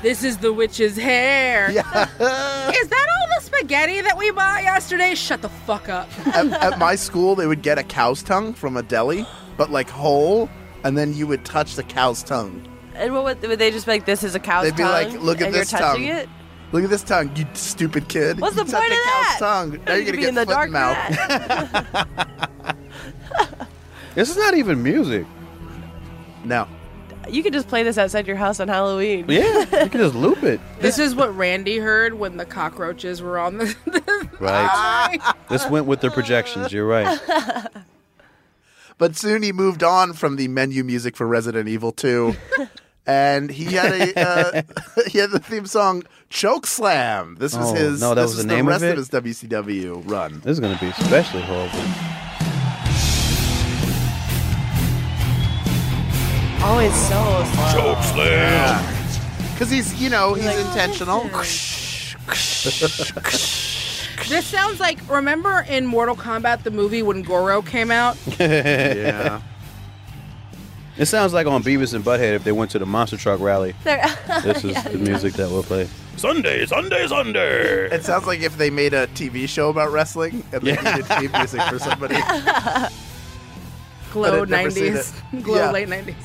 Speaker 1: This is the witch's hair. is that all the spaghetti that we bought yesterday? Shut the fuck up.
Speaker 4: at, at my school, they would get a cow's tongue from a deli, but like whole, and then you would touch the cow's tongue.
Speaker 7: And what would, would they just be like? This is a cow's
Speaker 4: They'd be like,
Speaker 7: tongue,
Speaker 4: "Look at
Speaker 7: and
Speaker 4: this
Speaker 7: you're touching
Speaker 4: tongue."
Speaker 7: it.
Speaker 4: Look at this tongue, you stupid kid.
Speaker 7: What's
Speaker 4: You
Speaker 7: the
Speaker 4: touched
Speaker 7: point
Speaker 4: a
Speaker 7: of
Speaker 4: cow's
Speaker 7: that?
Speaker 4: tongue. Now
Speaker 7: You
Speaker 4: you're
Speaker 7: could
Speaker 4: gonna
Speaker 7: be
Speaker 4: get
Speaker 7: in the
Speaker 4: foot
Speaker 7: dark
Speaker 4: and
Speaker 7: for
Speaker 4: mouth.
Speaker 6: This is not even music.
Speaker 4: No.
Speaker 7: You could just play this outside your house on Halloween.
Speaker 6: Yeah, you can just loop it.
Speaker 1: This is what Randy heard when the cockroaches were on the.
Speaker 6: Right. this went with the projections. You're right.
Speaker 4: But soon he moved on from the menu music for Resident Evil 2. And he had a uh, he had the theme song Choke Slam. This was
Speaker 6: Oh,
Speaker 4: his.
Speaker 6: no, that
Speaker 4: this
Speaker 6: was
Speaker 4: was
Speaker 6: the name of
Speaker 4: rest
Speaker 6: it?
Speaker 4: his WCW run.
Speaker 6: This is going to be especially horrible.
Speaker 7: Oh, it's so slow.
Speaker 9: Choke slam.
Speaker 4: Because he's you know he's intentional.
Speaker 1: oh, This sounds like remember in Mortal Kombat the movie when Goro came out.
Speaker 4: yeah.
Speaker 6: It sounds like on Beavis and Butthead if they went to the monster truck rally. This is the music that we'll play.
Speaker 4: Sunday, Sunday, Sunday. It sounds like if they made a TV show about wrestling and they
Speaker 6: Yeah.
Speaker 4: needed theme music for somebody.
Speaker 1: Glow
Speaker 4: I'd never seen
Speaker 1: nineties, glow
Speaker 4: Yeah.
Speaker 1: late nineties.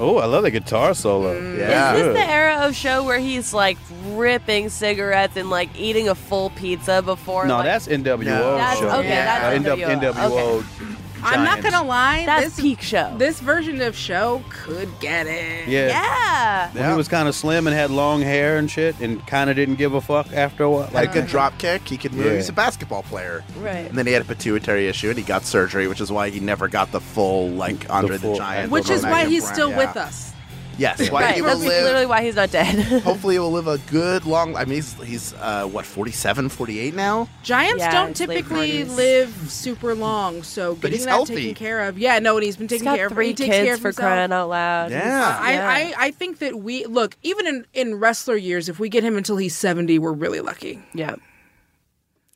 Speaker 6: Oh, I love the guitar solo.
Speaker 4: Mm.
Speaker 7: Is this the era of show where he's like ripping cigarettes and like eating a full pizza before?
Speaker 6: no,
Speaker 7: like,
Speaker 6: that's NWO
Speaker 7: That's-
Speaker 6: show.
Speaker 7: okay, that's
Speaker 6: N-
Speaker 7: NWO.
Speaker 6: NWO.
Speaker 1: I'm not
Speaker 6: giants.
Speaker 1: gonna lie.
Speaker 7: That's
Speaker 1: this
Speaker 7: peak show.
Speaker 1: This version of show could get it.
Speaker 6: Yeah.
Speaker 7: Yeah.
Speaker 6: When He was kind of slim and had long hair and shit, and kind of didn't give a fuck after a while.
Speaker 4: Had a good drop kick. He could move. He's a basketball player.
Speaker 7: Right.
Speaker 4: And then he had a pituitary issue, and he got surgery, which is why he never got the full like Andre the, Giant.
Speaker 1: Which is why he's still
Speaker 4: Yeah.
Speaker 1: with us.
Speaker 4: Yes, why
Speaker 7: Right.
Speaker 4: he will
Speaker 7: That's
Speaker 4: live.
Speaker 7: literally why he's not dead.
Speaker 4: Hopefully, he will live a good long. I mean, he's he's uh, what 47, 48 now.
Speaker 1: Giants
Speaker 7: Yeah,
Speaker 1: don't
Speaker 7: it's late
Speaker 1: typically
Speaker 7: 40s.
Speaker 1: live super long, so getting
Speaker 4: he's
Speaker 1: that
Speaker 4: healthy.
Speaker 1: taken care of. Yeah, no, and he's been
Speaker 7: He's
Speaker 1: taking
Speaker 7: got
Speaker 1: care of.
Speaker 7: three
Speaker 1: he takes
Speaker 7: kids
Speaker 1: care of
Speaker 7: for
Speaker 1: himself.
Speaker 7: crying out loud. Yeah.
Speaker 1: I,
Speaker 7: Yeah.
Speaker 1: I, I think that we look even in, in wrestler years. If we get him until he's seventy, we're really lucky.
Speaker 7: Yeah.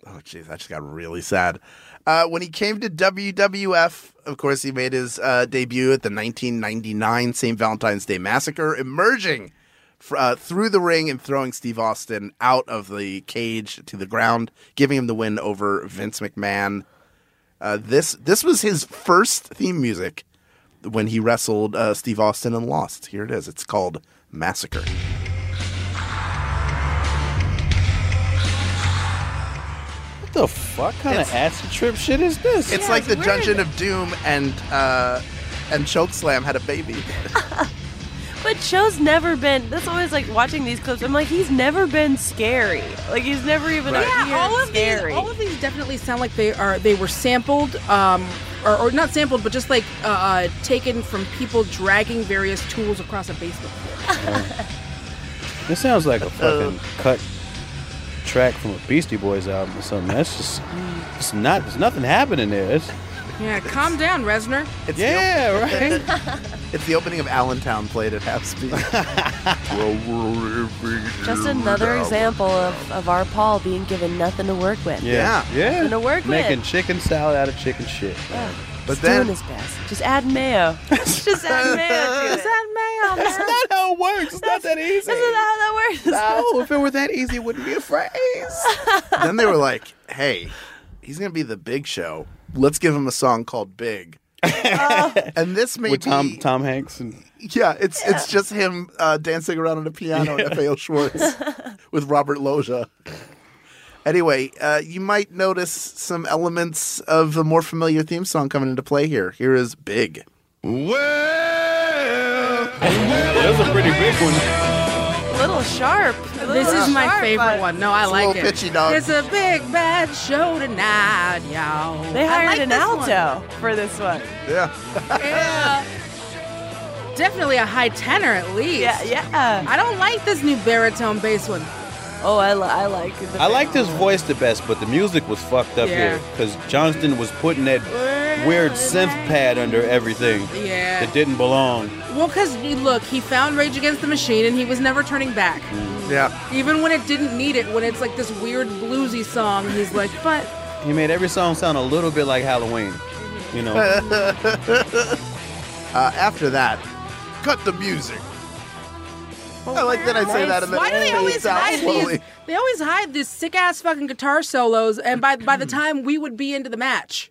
Speaker 4: Oh, jeez, that just got really sad. Uh, when he came to WWF, of course, he made his uh, debut at the 1999 St. Valentine's Day Massacre, emerging fr- uh, through the ring and throwing Steve Austin out of the cage to the ground, giving him the win over Vince McMahon. Uh, this this was his first theme music when he wrestled uh, Steve Austin and lost. Here it is. It's called Massacre.
Speaker 6: What the fuck kind of acid trip shit is this?
Speaker 4: It's like the Dungeon of Doom and uh, and Chokeslam had a baby.
Speaker 7: But show's never been. That's always like watching these clips. I'm like, he's never been scary. Like he's never even
Speaker 1: But
Speaker 7: appeared
Speaker 1: yeah, all of
Speaker 7: scary.
Speaker 1: these all of these definitely sound like they are they were sampled, um, or, or not sampled, but just like uh, uh, taken from people dragging various tools across a basement.
Speaker 6: This sounds like a fucking cut track from a Beastie Boys album or something. That's just, it's not, there's nothing happening there. It's,
Speaker 1: Yeah, calm down, Resner.
Speaker 4: It's
Speaker 6: yeah, right.
Speaker 4: It's the opening of Allentown played at half speed.
Speaker 7: Just another example of, of our Paul being given nothing to work with.
Speaker 6: Yeah. Yeah.
Speaker 7: Nothing to work
Speaker 6: Making
Speaker 7: with.
Speaker 6: chicken salad out of chicken shit.
Speaker 7: Yeah.
Speaker 6: But
Speaker 7: He's
Speaker 6: then-
Speaker 7: doing his best. Just add mayo. Just add mayo. To it.
Speaker 1: That's
Speaker 6: not how it works. It's not that easy. Isn't
Speaker 7: that how that
Speaker 6: works? No, Oh, if it were that easy, it wouldn't be a phrase.
Speaker 4: then they were like, "Hey, he's gonna be the Big Show. Let's give him a song called Big." and this may
Speaker 6: With
Speaker 4: be
Speaker 6: Tom, Tom Hanks and
Speaker 4: yeah, it's it's just him uh, dancing around on a piano in F.A.O. Schwartz with Robert Loggia. Anyway, uh, you might notice some elements of a more familiar theme song coming into play here. Here is Big.
Speaker 6: That's a pretty big one.
Speaker 7: little sharp. A little
Speaker 1: This is my
Speaker 7: sharp
Speaker 1: favorite
Speaker 7: on-
Speaker 1: one. No, I
Speaker 4: It's a
Speaker 1: like
Speaker 4: little
Speaker 1: it.
Speaker 4: pitchy, dog.
Speaker 1: It's a big bad show tonight, y'all.
Speaker 7: They
Speaker 1: I
Speaker 7: hired
Speaker 1: like
Speaker 7: an
Speaker 1: this one.
Speaker 7: alto for this one.
Speaker 4: Yeah.
Speaker 1: Yeah. Definitely a high tenor at least.
Speaker 7: Yeah, yeah.
Speaker 1: I don't like this new baritone bass one.
Speaker 7: Oh, I, li- I like it.
Speaker 6: I liked his voice the best, but the music was fucked up
Speaker 1: Yeah.
Speaker 6: here because Johnston was putting that weird synth pad under everything
Speaker 1: Yeah.
Speaker 6: that didn't belong.
Speaker 1: Well, because look, he found Rage Against the Machine and he was never turning back.
Speaker 4: Yeah.
Speaker 1: Even when it didn't need it, when it's like this weird bluesy song, he's like, but
Speaker 6: He made every song sound a little bit like Halloween. You know,
Speaker 4: Uh, after that, cut the music. I like that I say that and then
Speaker 1: why do they
Speaker 4: fades
Speaker 1: always
Speaker 4: out
Speaker 1: hide
Speaker 4: slowly.
Speaker 1: these? They always hide these sick ass fucking guitar solos, and by by the time we would be into the match,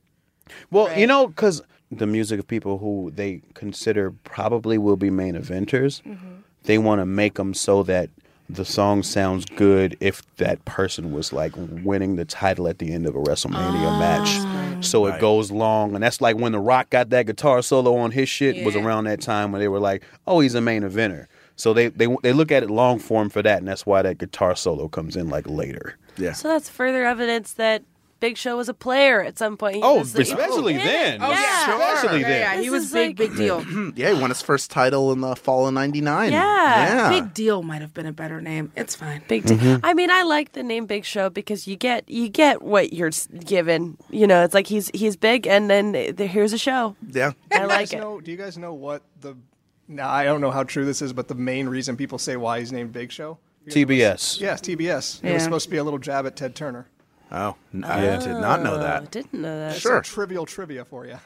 Speaker 6: well, you know, because the music of people who they consider probably will be main eventers,
Speaker 7: Mm-hmm.
Speaker 6: they want to make them so that the song sounds good if that person was like winning the title at the end of a WrestleMania
Speaker 7: Ah.
Speaker 6: match. So it goes long, and that's like when The Rock got that guitar solo on his shit was around that time when they were like, "Oh, he's a main eventer." So they they they look at it long form for that, and that's why that guitar solo comes in like later.
Speaker 4: Yeah.
Speaker 7: So that's further evidence that Big Show was a player at some point. He
Speaker 6: Oh,
Speaker 7: was, like,
Speaker 6: especially
Speaker 7: in it.
Speaker 6: then.
Speaker 7: Yeah.
Speaker 6: Especially
Speaker 1: Yeah,
Speaker 6: then.
Speaker 1: yeah, he
Speaker 7: This
Speaker 1: was
Speaker 7: is
Speaker 1: big,
Speaker 7: like-
Speaker 1: big deal.
Speaker 4: yeah, he won his first title in the fall of '99.
Speaker 7: Yeah.
Speaker 4: yeah.
Speaker 1: Big deal might have been a better name. It's fine.
Speaker 7: Big deal.
Speaker 6: Mm-hmm.
Speaker 7: I mean, I like the name Big Show because you get you get what you're s- given. You know, it's like he's he's big, and then th- here's a show.
Speaker 4: Yeah.
Speaker 7: I
Speaker 14: Do you
Speaker 7: like
Speaker 14: guys
Speaker 7: it.
Speaker 14: Know, do you guys know what the? Now I don't know how true this is, but the main reason people say why he's named Big Show.
Speaker 6: TBS.
Speaker 14: Yes, TBS. It
Speaker 7: Yeah.
Speaker 14: was supposed to be a little jab at Ted Turner.
Speaker 4: Oh, n- I did not know that.
Speaker 7: Oh, didn't know that.
Speaker 14: That's
Speaker 4: Sure.
Speaker 14: some trivial trivia for you.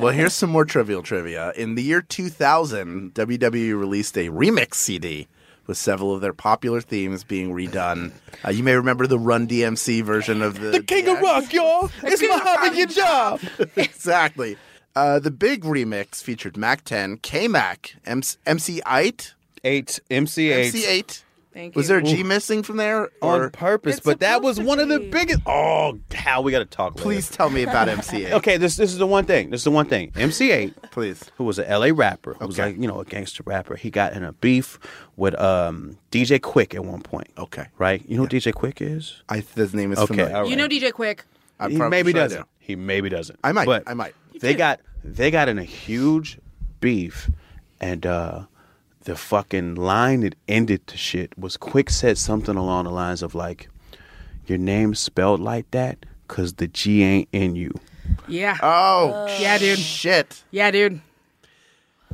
Speaker 4: well, here's some more trivial trivia. In the year 2000, WWE E released a remix CD with several of their popular themes being redone. Uh, you may remember the Run DMC version of the.
Speaker 6: King of Rock, y'all. It's my hobby, your job.
Speaker 4: exactly. Uh, the big remix featured Mac 10, K Mac, MC 8.
Speaker 6: 8, MC 8.
Speaker 4: MC 8.
Speaker 1: Thank
Speaker 4: Was
Speaker 6: you.
Speaker 4: there a G
Speaker 6: Ooh.
Speaker 4: missing from there?
Speaker 6: on purpose, but that was one of the biggest. Oh, how we got to talk.
Speaker 4: Please tell me about MC8.
Speaker 6: okay, this this is the one thing. This is the one thing. MC8,
Speaker 4: please,
Speaker 6: who was a LA rapper, who was like you know a gangster rapper. He got in a beef with um DJ Quick at one point.
Speaker 4: Okay,
Speaker 6: right? You know who DJ Quick is?
Speaker 4: I his name is
Speaker 6: okay.
Speaker 4: familiar.
Speaker 6: all right.
Speaker 1: You know DJ Quick.
Speaker 4: I'm
Speaker 6: he
Speaker 4: probably
Speaker 6: maybe
Speaker 4: sure I
Speaker 6: doesn't.
Speaker 4: do.
Speaker 6: He maybe doesn't.
Speaker 4: I might.
Speaker 6: But
Speaker 4: I might.
Speaker 6: They got they got in a huge beef, and uh the fucking line that ended the shit was Quick said something along the lines of like, "Your name's spelled like that because the G ain't in you."
Speaker 1: Yeah.
Speaker 4: Oh,
Speaker 1: yeah, dude.
Speaker 4: Shit.
Speaker 1: Yeah, dude.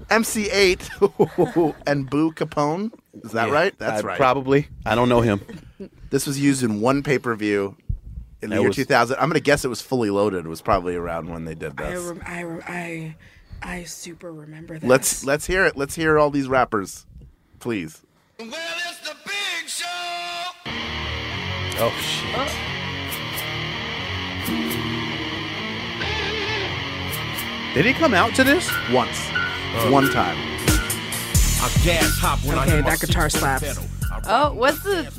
Speaker 4: MC8 and Boo Capone. Is that
Speaker 6: Yeah,
Speaker 4: right? That's
Speaker 6: I-
Speaker 4: right.
Speaker 6: Probably. I don't know him.
Speaker 4: This was used in one pay per view in the
Speaker 6: That
Speaker 4: year
Speaker 6: was-
Speaker 4: 2000. I'm going to guess it was fully loaded. Was probably around when they did
Speaker 1: I,
Speaker 4: this.
Speaker 1: rem- I, rem- I, I super remember that.
Speaker 4: Let's let's hear it. Let's hear all these rappers, please.
Speaker 6: Oh shit. Did he come out to this?
Speaker 4: Once. One time.
Speaker 15: I gas hop when I
Speaker 1: Okay,
Speaker 15: hear
Speaker 1: that guitar slaps.
Speaker 2: Oh, what's the?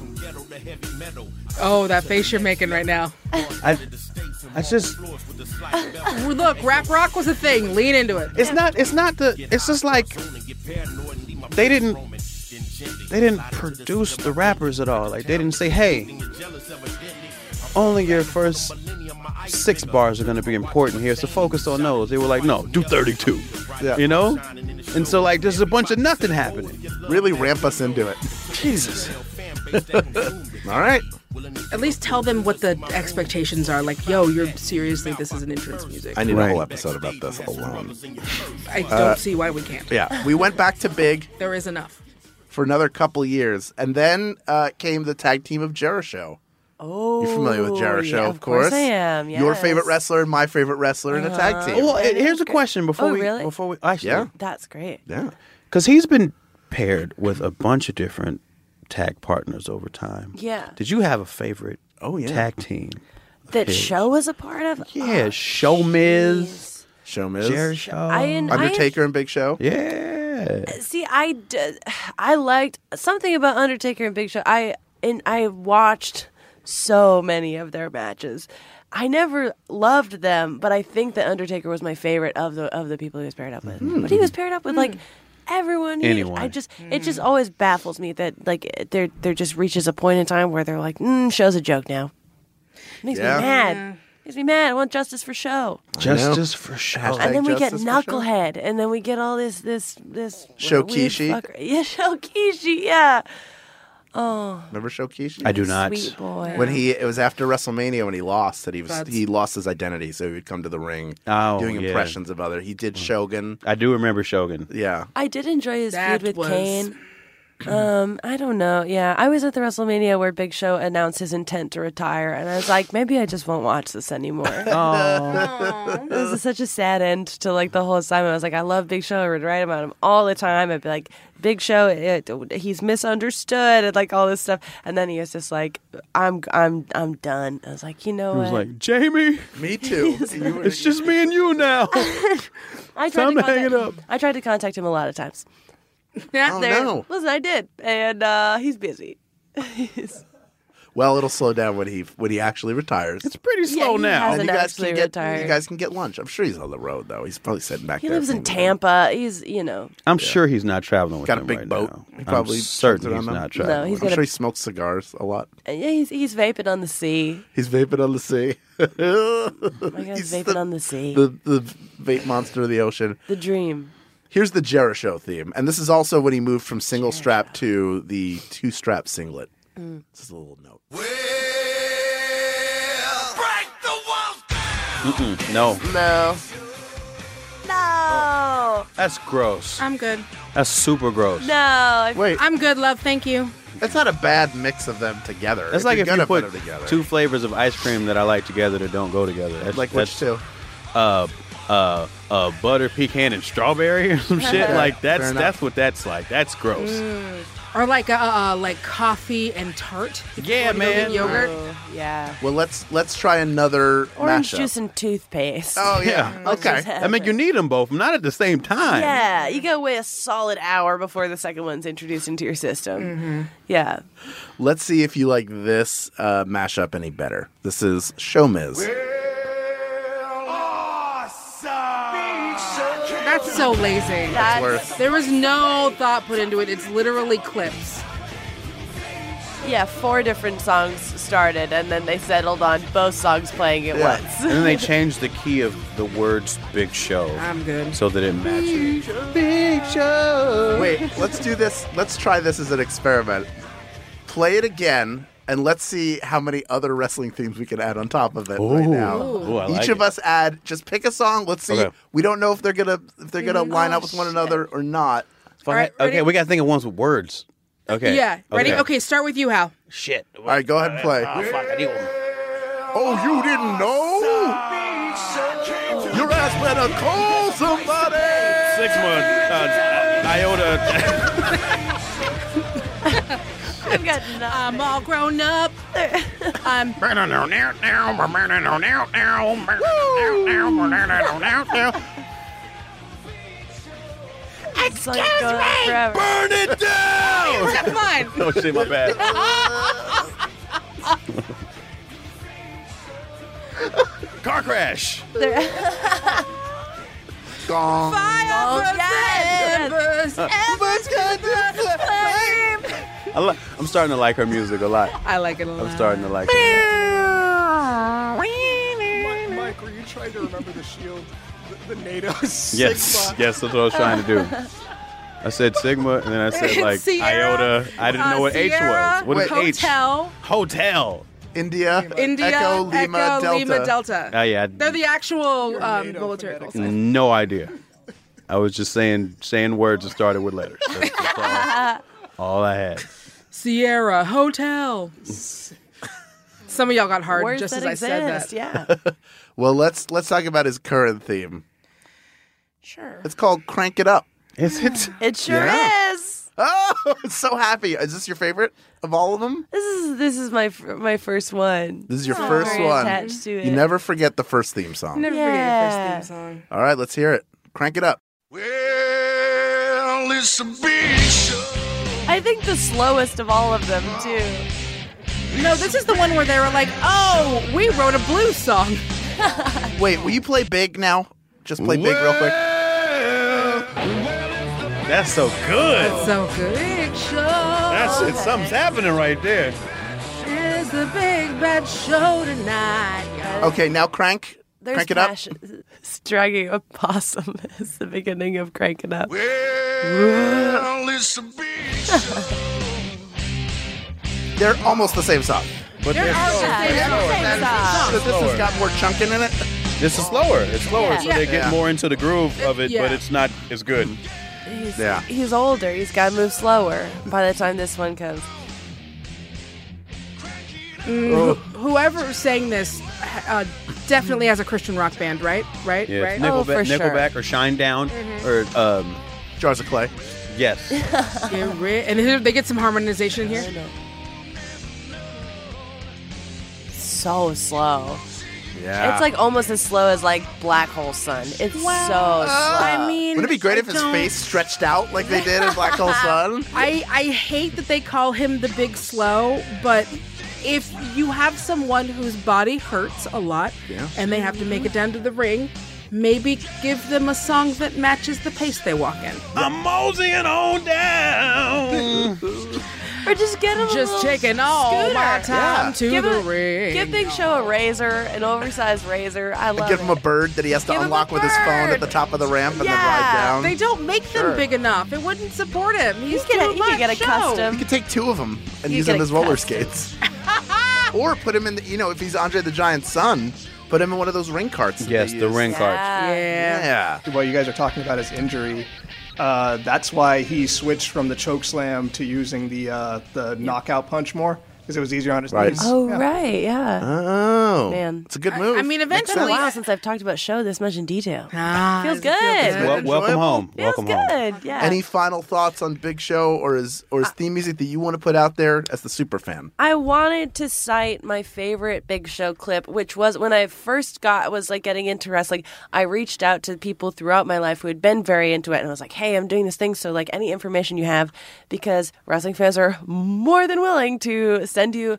Speaker 1: Oh, that face you're making right now.
Speaker 6: I, I just
Speaker 1: Look, rap rock was a thing. Lean into it.
Speaker 6: It's not. It's not the. It's just like they didn't. They didn't produce the rappers at all. Like they didn't say, "Hey, only your first six bars are going to be important here, so focus on those." They were like, "No, do 32."
Speaker 4: Yeah.
Speaker 6: You know. And so like there's a bunch of nothing happening.
Speaker 4: Really ramp us into it.
Speaker 6: Jesus.
Speaker 4: all right.
Speaker 1: At least tell them what the expectations are. Like, yo, you're seriously, this is an entrance music.
Speaker 4: I need a whole episode about this alone.
Speaker 1: I don't
Speaker 4: Uh,
Speaker 1: see why we can't.
Speaker 4: Yeah, we went back to Big
Speaker 1: There is enough.
Speaker 4: for another couple years, and then uh, came the tag team of Jericho.
Speaker 7: Oh,
Speaker 4: You're familiar with Jericho,
Speaker 7: yeah,
Speaker 4: of course.
Speaker 7: I am. Yes.
Speaker 4: Your favorite wrestler and my favorite wrestler in a tag team.
Speaker 6: Well, and here's a question before
Speaker 7: Oh,
Speaker 6: we
Speaker 7: really?
Speaker 6: before we actually
Speaker 4: Yeah.
Speaker 7: That's great.
Speaker 4: Yeah.
Speaker 6: Because he's been paired with a bunch of different tag partners over time.
Speaker 7: Yeah.
Speaker 6: Did you have a favorite oh,
Speaker 7: yeah.
Speaker 6: tag team? of
Speaker 7: That
Speaker 6: his?
Speaker 7: show was a part of.
Speaker 4: Ah,
Speaker 6: Yeah, Show Miz.
Speaker 4: Show Miz.
Speaker 6: Jericho.
Speaker 7: I en- I en-
Speaker 4: Undertaker and Big Show.
Speaker 6: Yeah.
Speaker 7: See, I, d- I liked something about Undertaker and Big Show. I and I watched so many of their matches. I never loved them, but I think that Undertaker was my favorite of the of the people he was paired up with. But he was paired up with like everyone. He-
Speaker 6: Mm-hmm. Mm. Anyone.
Speaker 7: I just it just always baffles me that like there there just reaches a point in time where they're like, mm, "Show's a joke now." Makes
Speaker 6: Yeah.
Speaker 7: me mad. Makes me mad. I want justice for show.
Speaker 6: Justice for Show.
Speaker 7: And then we get Knucklehead, and then we get all this this this what a weird
Speaker 4: Shokishi?
Speaker 7: fucker. Yeah, Shokishi. Yeah. Oh,
Speaker 4: Remember Shokishi?
Speaker 6: I do not.
Speaker 7: Sweet boy.
Speaker 4: When he it was after WrestleMania when he lost that he was
Speaker 7: That's-
Speaker 4: he lost his identity so he would come to the ring
Speaker 6: Oh,
Speaker 4: doing
Speaker 6: yeah.
Speaker 4: impressions of other. He did Shogun.
Speaker 6: I do remember Shogun.
Speaker 4: Yeah.
Speaker 7: I did enjoy his
Speaker 1: That
Speaker 7: feud with
Speaker 1: was-
Speaker 7: Kane. Um, I don't know. Yeah, I was at the WrestleMania where Big Show announced his intent to retire, and I was like, maybe I just won't watch this anymore.
Speaker 6: Oh.
Speaker 7: this is such a sad end to like the whole assignment. I was like, I love Big Show. I would write about him all the time. I'd be like, Big Show, it, he's misunderstood, and like all this stuff. And then he was just like, I'm, I'm, I'm done. I was like, you know
Speaker 6: He was
Speaker 7: what?
Speaker 6: like, Jamie.
Speaker 4: Me too.
Speaker 6: it's just me and you now.
Speaker 7: I tried
Speaker 6: Time
Speaker 7: to,
Speaker 6: to hang it
Speaker 7: contact-
Speaker 6: up.
Speaker 7: I tried to contact him a lot of times.
Speaker 1: Yeah,
Speaker 4: Oh,
Speaker 7: there-
Speaker 4: no.
Speaker 7: Listen, I did, and uh, he's busy.
Speaker 4: Well, it'll slow down when he when he actually retires. It's
Speaker 6: pretty
Speaker 7: slow Yeah, he now. hasn't actually
Speaker 4: Oh, can get
Speaker 7: retired.
Speaker 4: you guys can get lunch. I'm sure he's on the road though. He's probably sitting back
Speaker 7: He
Speaker 4: there.
Speaker 7: lives in
Speaker 4: thinking-
Speaker 7: Tampa. He's, you know,
Speaker 6: I'm sure he's not traveling with
Speaker 4: Got a
Speaker 6: them
Speaker 4: big
Speaker 6: right
Speaker 4: boat.
Speaker 6: now.
Speaker 4: He probably
Speaker 6: I'm
Speaker 4: turns
Speaker 6: certain
Speaker 4: it
Speaker 6: he's
Speaker 4: on them.
Speaker 6: not traveling.
Speaker 7: No, he's
Speaker 4: I'm
Speaker 7: gonna-
Speaker 4: sure he smokes cigars a lot.
Speaker 7: yeah, he's he's vaping on the sea.
Speaker 4: He's vaping on the sea.
Speaker 7: Oh my God, he's vaping on the sea. The,
Speaker 4: the the vape monster of the ocean.
Speaker 7: dream.
Speaker 4: Here's the Jericho theme, and this is also when he moved from single strap to the two strap singlet.
Speaker 7: Mm.
Speaker 4: This is a little note.
Speaker 6: Mm-mm, no,
Speaker 4: No.
Speaker 7: No.
Speaker 6: that's gross.
Speaker 1: I'm good.
Speaker 6: That's super gross.
Speaker 7: No.
Speaker 4: Wait.
Speaker 1: I'm good, love. Thank you.
Speaker 4: That's not a bad mix of them together.
Speaker 6: That's like
Speaker 4: you're
Speaker 6: if you
Speaker 4: gonna
Speaker 6: put,
Speaker 4: them together.
Speaker 6: two flavors of ice cream that I like together that don't go together. That's,
Speaker 4: Like which
Speaker 6: that's, Uh, uh, uh, butter pecan and strawberry or some shit.
Speaker 4: Yeah,
Speaker 6: like that's
Speaker 4: fair enough.
Speaker 1: Mm.
Speaker 6: that's what that's like. That's gross.
Speaker 1: Or like a, uh, like coffee and tart. Yeah,
Speaker 4: man.
Speaker 1: Yogurt.
Speaker 7: yeah.
Speaker 4: Well, let's let's try another
Speaker 7: Orange
Speaker 4: mashup.
Speaker 7: juice and toothpaste.
Speaker 4: Oh yeah.
Speaker 7: Okay.
Speaker 6: I mean, you need them both, not at the same time.
Speaker 7: Yeah, you gotta wait a solid hour before the second one's introduced into your system. Yeah.
Speaker 4: Let's see if you like this uh, mashup any better. This is Showmiz.
Speaker 1: That's so lazy.
Speaker 4: That's worse.
Speaker 1: There was no thought put into it. It's literally clips.
Speaker 7: Yeah, four different songs started, and then they settled on both songs playing at
Speaker 6: Yeah.
Speaker 7: once.
Speaker 6: and then they changed the key of the words "Big Show"
Speaker 7: I'm
Speaker 1: good.
Speaker 6: so that it matches.
Speaker 4: Big show. Wait, let's do this. Let's try this as an experiment. Play it again, and let's see how many other wrestling themes we can add on top of it right
Speaker 6: Ooh.
Speaker 4: now.
Speaker 6: Ooh, I
Speaker 4: Each
Speaker 6: like
Speaker 4: of
Speaker 6: it.
Speaker 4: us add. Just pick a song. Let's see.
Speaker 6: Okay.
Speaker 4: We don't know if they're gonna if they're gonna
Speaker 1: Mhm.
Speaker 4: line
Speaker 1: Oh,
Speaker 4: up with one another or not.
Speaker 1: right, ready?
Speaker 6: okay, we gotta think of ones with words. Okay.
Speaker 1: Yeah. Ready? Okay. start with you, Hal.
Speaker 6: Shit.
Speaker 4: All right, go ahead and play.
Speaker 6: Ah, fuck, I need one.
Speaker 4: Oh, you didn't know? Your ass better call somebody.
Speaker 6: Sigma, uh, Iota.
Speaker 1: I've got I'm all grown up. I'm.
Speaker 7: Excuse me! Burn
Speaker 6: it down!
Speaker 1: That's mine.
Speaker 6: Oh, shit, my bad. Car crash.
Speaker 4: Gong.
Speaker 6: I li- I'm starting to like her music a lot.
Speaker 1: I like it a lot.
Speaker 6: I'm starting to like it.
Speaker 7: Ah,
Speaker 14: Mi- Mike, were you trying to remember the shield? The, the NATO Sigma.
Speaker 6: Yes, yes, that's what I was trying to do. I said Sigma, and then I said like
Speaker 1: Sierra,
Speaker 6: Iota. I didn't know
Speaker 1: uh,
Speaker 6: what
Speaker 1: Sierra,
Speaker 6: H was. What is H?
Speaker 1: Hotel.
Speaker 6: Hotel.
Speaker 4: India.
Speaker 1: India.
Speaker 4: Echo, Lima,
Speaker 1: Echo,
Speaker 4: Delta.
Speaker 1: Lima, Delta.
Speaker 6: Oh yeah,
Speaker 1: They're the actual um, military goals.
Speaker 6: no idea. I was just saying saying words that started with letters. That's all I had.
Speaker 1: Sierra Hotel. Some of y'all got hard
Speaker 7: Words
Speaker 1: just
Speaker 7: that
Speaker 1: as I said that.
Speaker 7: exist, yeah.
Speaker 4: Well, let's let's talk about his current theme. Sure. It's called "Crank It Up."
Speaker 6: Is it?
Speaker 7: It sure
Speaker 4: Yeah.
Speaker 7: is.
Speaker 4: Oh, so happy! Is this your favorite of all of them?
Speaker 7: This is this is my fir- my first one.
Speaker 4: This is your
Speaker 7: I'm
Speaker 4: first
Speaker 7: very
Speaker 4: one.
Speaker 7: Attached to it.
Speaker 4: You never forget the first theme song.
Speaker 7: Never forget the first theme
Speaker 1: song.
Speaker 4: All right, let's hear it. Crank it up.
Speaker 15: Well, it's a big show.
Speaker 7: I think the slowest of all of them too.
Speaker 1: No, this is the one where they were like, "Oh, we wrote a blues song."
Speaker 4: Wait, will you play big now? Just play big real quick.
Speaker 6: That's so good.
Speaker 1: That's so good. Big show. That's
Speaker 6: it's something's happening right there.
Speaker 1: It's the big bad show tonight. y'all.
Speaker 4: Okay, now crank.
Speaker 7: There's
Speaker 4: crank it up.
Speaker 7: Cash dragging a possum is the beginning of cranking up.
Speaker 15: Well, it's a big show.
Speaker 4: They're almost the same song.
Speaker 6: But They're they're almost slower. the same They're song.
Speaker 15: same
Speaker 6: song.
Speaker 4: So this has
Speaker 6: Slower.
Speaker 4: got more chunking in it.
Speaker 6: This is slower. It's slower, so
Speaker 7: Yeah.
Speaker 6: they get
Speaker 7: Yeah.
Speaker 6: more into the groove of it, but
Speaker 7: Yeah.
Speaker 6: it's not as good.
Speaker 7: He's,
Speaker 6: Yeah.
Speaker 7: he's older. He's got to move slower by the time this one comes.
Speaker 1: Mm, who- whoever sang this uh, definitely has a Christian rock band, right? Right?
Speaker 6: Yeah,
Speaker 1: right?
Speaker 6: it's Nickelback, Nickelback or Shine Down
Speaker 1: Mm-hmm.
Speaker 6: or um,
Speaker 4: Jars of Clay.
Speaker 6: Yes.
Speaker 1: Get ri- Oh, and here- they get some harmonization here.
Speaker 7: So slow.
Speaker 4: Yeah.
Speaker 7: It's like almost as slow as like Black Hole Sun. It's so slow.
Speaker 1: I mean,
Speaker 4: Wouldn't it be great
Speaker 1: I
Speaker 4: if his
Speaker 1: don't-
Speaker 4: face stretched out like they did in Black Hole Sun?
Speaker 1: I, I hate that they call him the big slow, but if you have someone whose body hurts a lot
Speaker 4: Yeah.
Speaker 1: and they have to make it down to the ring, maybe give them a song that matches the pace they walk in.
Speaker 6: I'm moseying on down.
Speaker 7: Or just get him
Speaker 1: Just
Speaker 7: a little
Speaker 1: taking all
Speaker 7: scooter.
Speaker 1: my time to
Speaker 7: give
Speaker 1: the
Speaker 7: him-
Speaker 1: ring.
Speaker 7: Give Big Show a razor, an oversized razor. I love
Speaker 4: Give
Speaker 7: it.
Speaker 4: him a bird that he has to
Speaker 7: Give him a
Speaker 4: unlock with his phone at
Speaker 7: bird.
Speaker 4: the top of the ramp and then ride
Speaker 1: Yeah,
Speaker 4: down.
Speaker 1: they don't make
Speaker 4: Um, Sure.
Speaker 1: them big enough. It wouldn't support him. He's
Speaker 7: could-
Speaker 1: too
Speaker 7: he could
Speaker 1: much
Speaker 7: get a
Speaker 1: show.
Speaker 7: custom.
Speaker 4: You could take two of them and
Speaker 1: You
Speaker 4: use
Speaker 1: get
Speaker 4: them
Speaker 1: a
Speaker 4: as roller
Speaker 1: custom.
Speaker 4: skates. or put him in the, you know, if he's Andre the Giant's son, put him in one of those ring carts. that
Speaker 6: Yes,
Speaker 4: they
Speaker 6: the
Speaker 4: use.
Speaker 6: ring carts.
Speaker 4: Yeah.
Speaker 14: Well, you guys are talking about his injury. Uh, that's why he switched from the choke slam to using the uh, the knockout punch more. because it was easier on his
Speaker 4: Right.
Speaker 14: knees.
Speaker 7: Oh
Speaker 14: Yeah.
Speaker 7: right, yeah.
Speaker 4: Oh
Speaker 7: man,
Speaker 4: it's a good
Speaker 1: move. I mean,
Speaker 7: It's been a
Speaker 1: eventually-
Speaker 7: while since I've talked about show this much in detail.
Speaker 1: Ah,
Speaker 7: feels good.
Speaker 4: Well- welcome home. welcome
Speaker 7: good,
Speaker 4: home.
Speaker 7: yeah.
Speaker 4: Any final thoughts on Big Show or his or his theme music that you want to put out there as the super fan?
Speaker 7: I wanted to cite my favorite Big Show clip, which was when I first got was like getting into wrestling. I reached out to people throughout my life who had been very into it, and I was like, "Hey, I'm doing this thing, so like any information you have, because wrestling fans are more than willing to send you."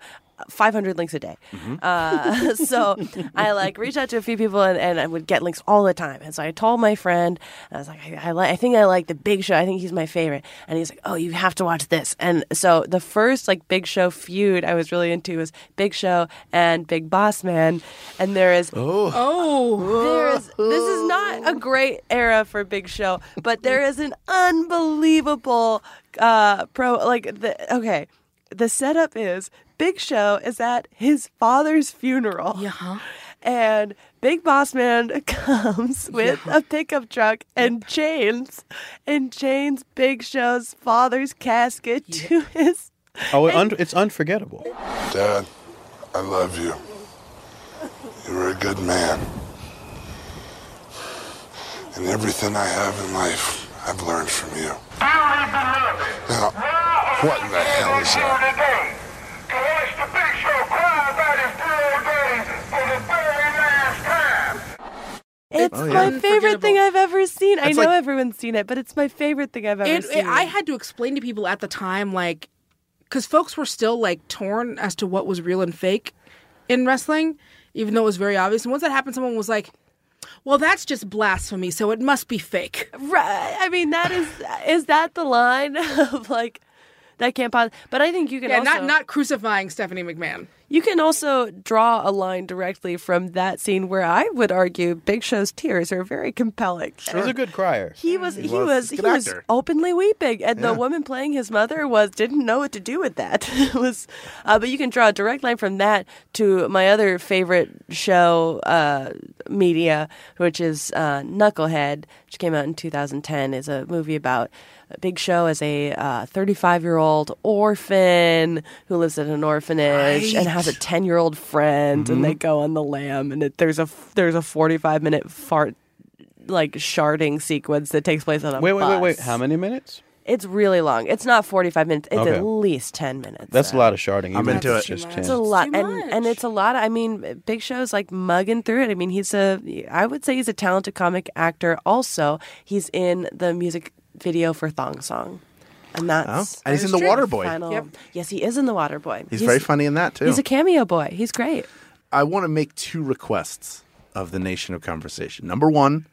Speaker 7: 500 links a day. Uh, so I like reached out to a few people and, and I would get links all the time. And so I told my friend, I was like, I, I, li- I think I like the Big Show. I think he's my favorite. And he's like, oh, you have to watch this. And so the first like Big Show feud I was really into was Big Show and Big Boss Man. And there is
Speaker 4: oh,
Speaker 7: oh, there is. This is not a great era for Big Show, but there is an unbelievable uh pro like the okay. The setup is Big Show is at his father's funeral. Yeah. And Big Boss Man comes with a pickup truck and chains and chains Big Show's father's casket to his
Speaker 6: Oh, it un- it's unforgettable.
Speaker 15: Dad, I love you. You were a good man. And everything I have in life, I've learned from you. Now, what in the hell is that?
Speaker 7: It's
Speaker 15: Oh, yeah.
Speaker 7: my favorite thing I've ever seen. I
Speaker 1: That's
Speaker 7: know
Speaker 1: like-
Speaker 7: everyone's seen it, but it's my favorite thing I've ever
Speaker 1: It,
Speaker 7: seen.
Speaker 1: it, I had to explain to people at the time, like, because folks were still like torn as to what was real and fake in wrestling, even though it was very obvious. And once that happened, someone was like, "Well, that's just blasphemy, so it must be fake."
Speaker 7: Right. I mean, that is is that the line of like that can't pos- But I think you can
Speaker 1: yeah,
Speaker 7: also
Speaker 1: not not crucifying Stephanie McMahon.
Speaker 7: you can also draw a line directly from that scene where I would argue Big Show's tears are very compelling.
Speaker 6: He's a good crier.
Speaker 7: He was he,
Speaker 6: He was.
Speaker 7: was,
Speaker 6: He's
Speaker 7: he
Speaker 6: a good
Speaker 7: was
Speaker 6: actor.
Speaker 7: openly weeping, and
Speaker 6: Yeah.
Speaker 7: the woman playing his mother was didn't know what to do with that. it was, uh, but you can draw a direct line from that to my other favorite show uh, media, which is uh, Knucklehead, which came out in 2010. is a movie about Big Show as a 35 year old orphan who lives at an orphanage and has a 10 year old friend, and they
Speaker 16: Mhm.
Speaker 7: go on the lam, and it, there's a there's a 45 minute fart like sharding sequence that takes place on a
Speaker 6: Wait, wait, wait, wait.
Speaker 7: bus.
Speaker 6: How many minutes?
Speaker 7: It's really long. It's not 45 minutes. It's
Speaker 6: Okay.
Speaker 7: at least 10 minutes.
Speaker 6: That's a lot of sharding.
Speaker 4: I'm
Speaker 6: even
Speaker 4: into
Speaker 6: if
Speaker 4: it.
Speaker 6: it's Just 10.
Speaker 7: It's a lot, and and it's a lot. I mean, Big Show's like mugging through it. I mean, he's a I would say he's a talented comic actor. Also, he's in the music video for Thong Song, and that's
Speaker 4: Oh, and he's in The Waterboy.
Speaker 7: Final-
Speaker 4: Yep.
Speaker 7: Yes, he is in the Water Boy.
Speaker 4: He's, very funny in that too.
Speaker 7: He's a cameo boy. He's great.
Speaker 4: I want to make two requests of the Nation of Conversation. Number one,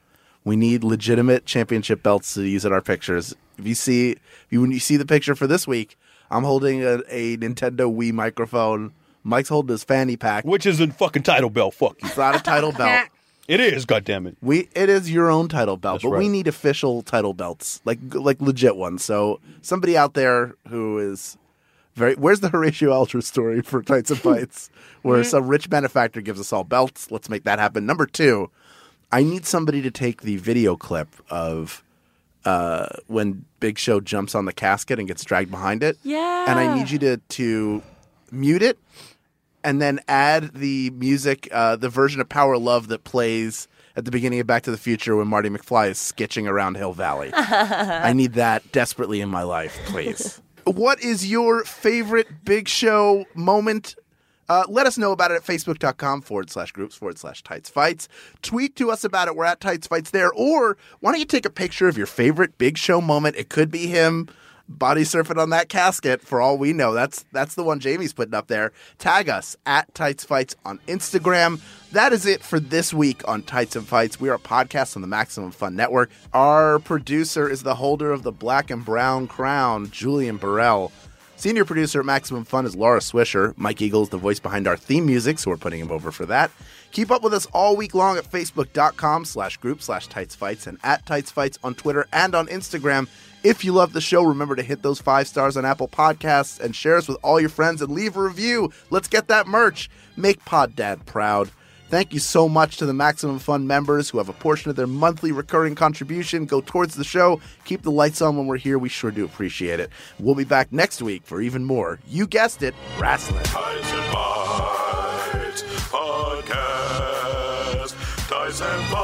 Speaker 4: we need legitimate championship belts to use in our pictures. If you see, if you, when you see the picture for this week, I'm holding a, a Nintendo Wii microphone. Mike's holding his fanny pack,
Speaker 6: which isn't fucking title belt. Fuck you.
Speaker 4: It's not a title belt.
Speaker 6: It is. Goddamn it.
Speaker 4: We it is your own title belt, but we
Speaker 6: right.
Speaker 4: need official title belts, like like legit ones. So somebody out there who is very where's the Horatio Alger story for Tights and Bites, where some rich benefactor gives us all belts. Let's make that happen. Number two, I need somebody to take the video clip of uh, when Big Show jumps on the casket and gets dragged behind it.
Speaker 7: Yeah.
Speaker 4: and I need you to to mute it and then add the music, uh, the version of Power Love that plays at the beginning of Back to the Future when Marty McFly is sketching around Hill Valley. I need that desperately in my life, please. what is your favorite Big Show moment? Uh, let us know about it at facebook.com forward slash groups forward slash tights fights. Tweet to us about it. We're at tights fights there. Or why don't you take a picture of your favorite big show moment? It could be him body surfing on that casket for all we know. That's that's the one Jamie's putting up there. Tag us at Tights Fights on Instagram. That is it for this week on Tights and Fights. We are a podcast on the Maximum Fun Network. Our producer is the holder of the black and brown crown, Julian Burrell. Senior producer at Maximum Fun is Laura Swisher. Mike Eagle is the voice behind our theme music, so we're putting him over for that. Keep up with us all week long at facebook.com slash group slash tights fights and at tights fights on Twitter and on Instagram. If you love the show, remember to hit those five stars on Apple Podcasts and share us with all your friends and leave a review. Let's get that merch. Make Pod Dad proud. Thank you so much to the Maximum Fund members who have a portion of their monthly recurring contribution go towards the show. Keep the lights on when we're here. We sure do appreciate it. We'll be back next week for even more. You guessed it, wrestling.
Speaker 9: Tights and Bites Podcast. Tights and Bites.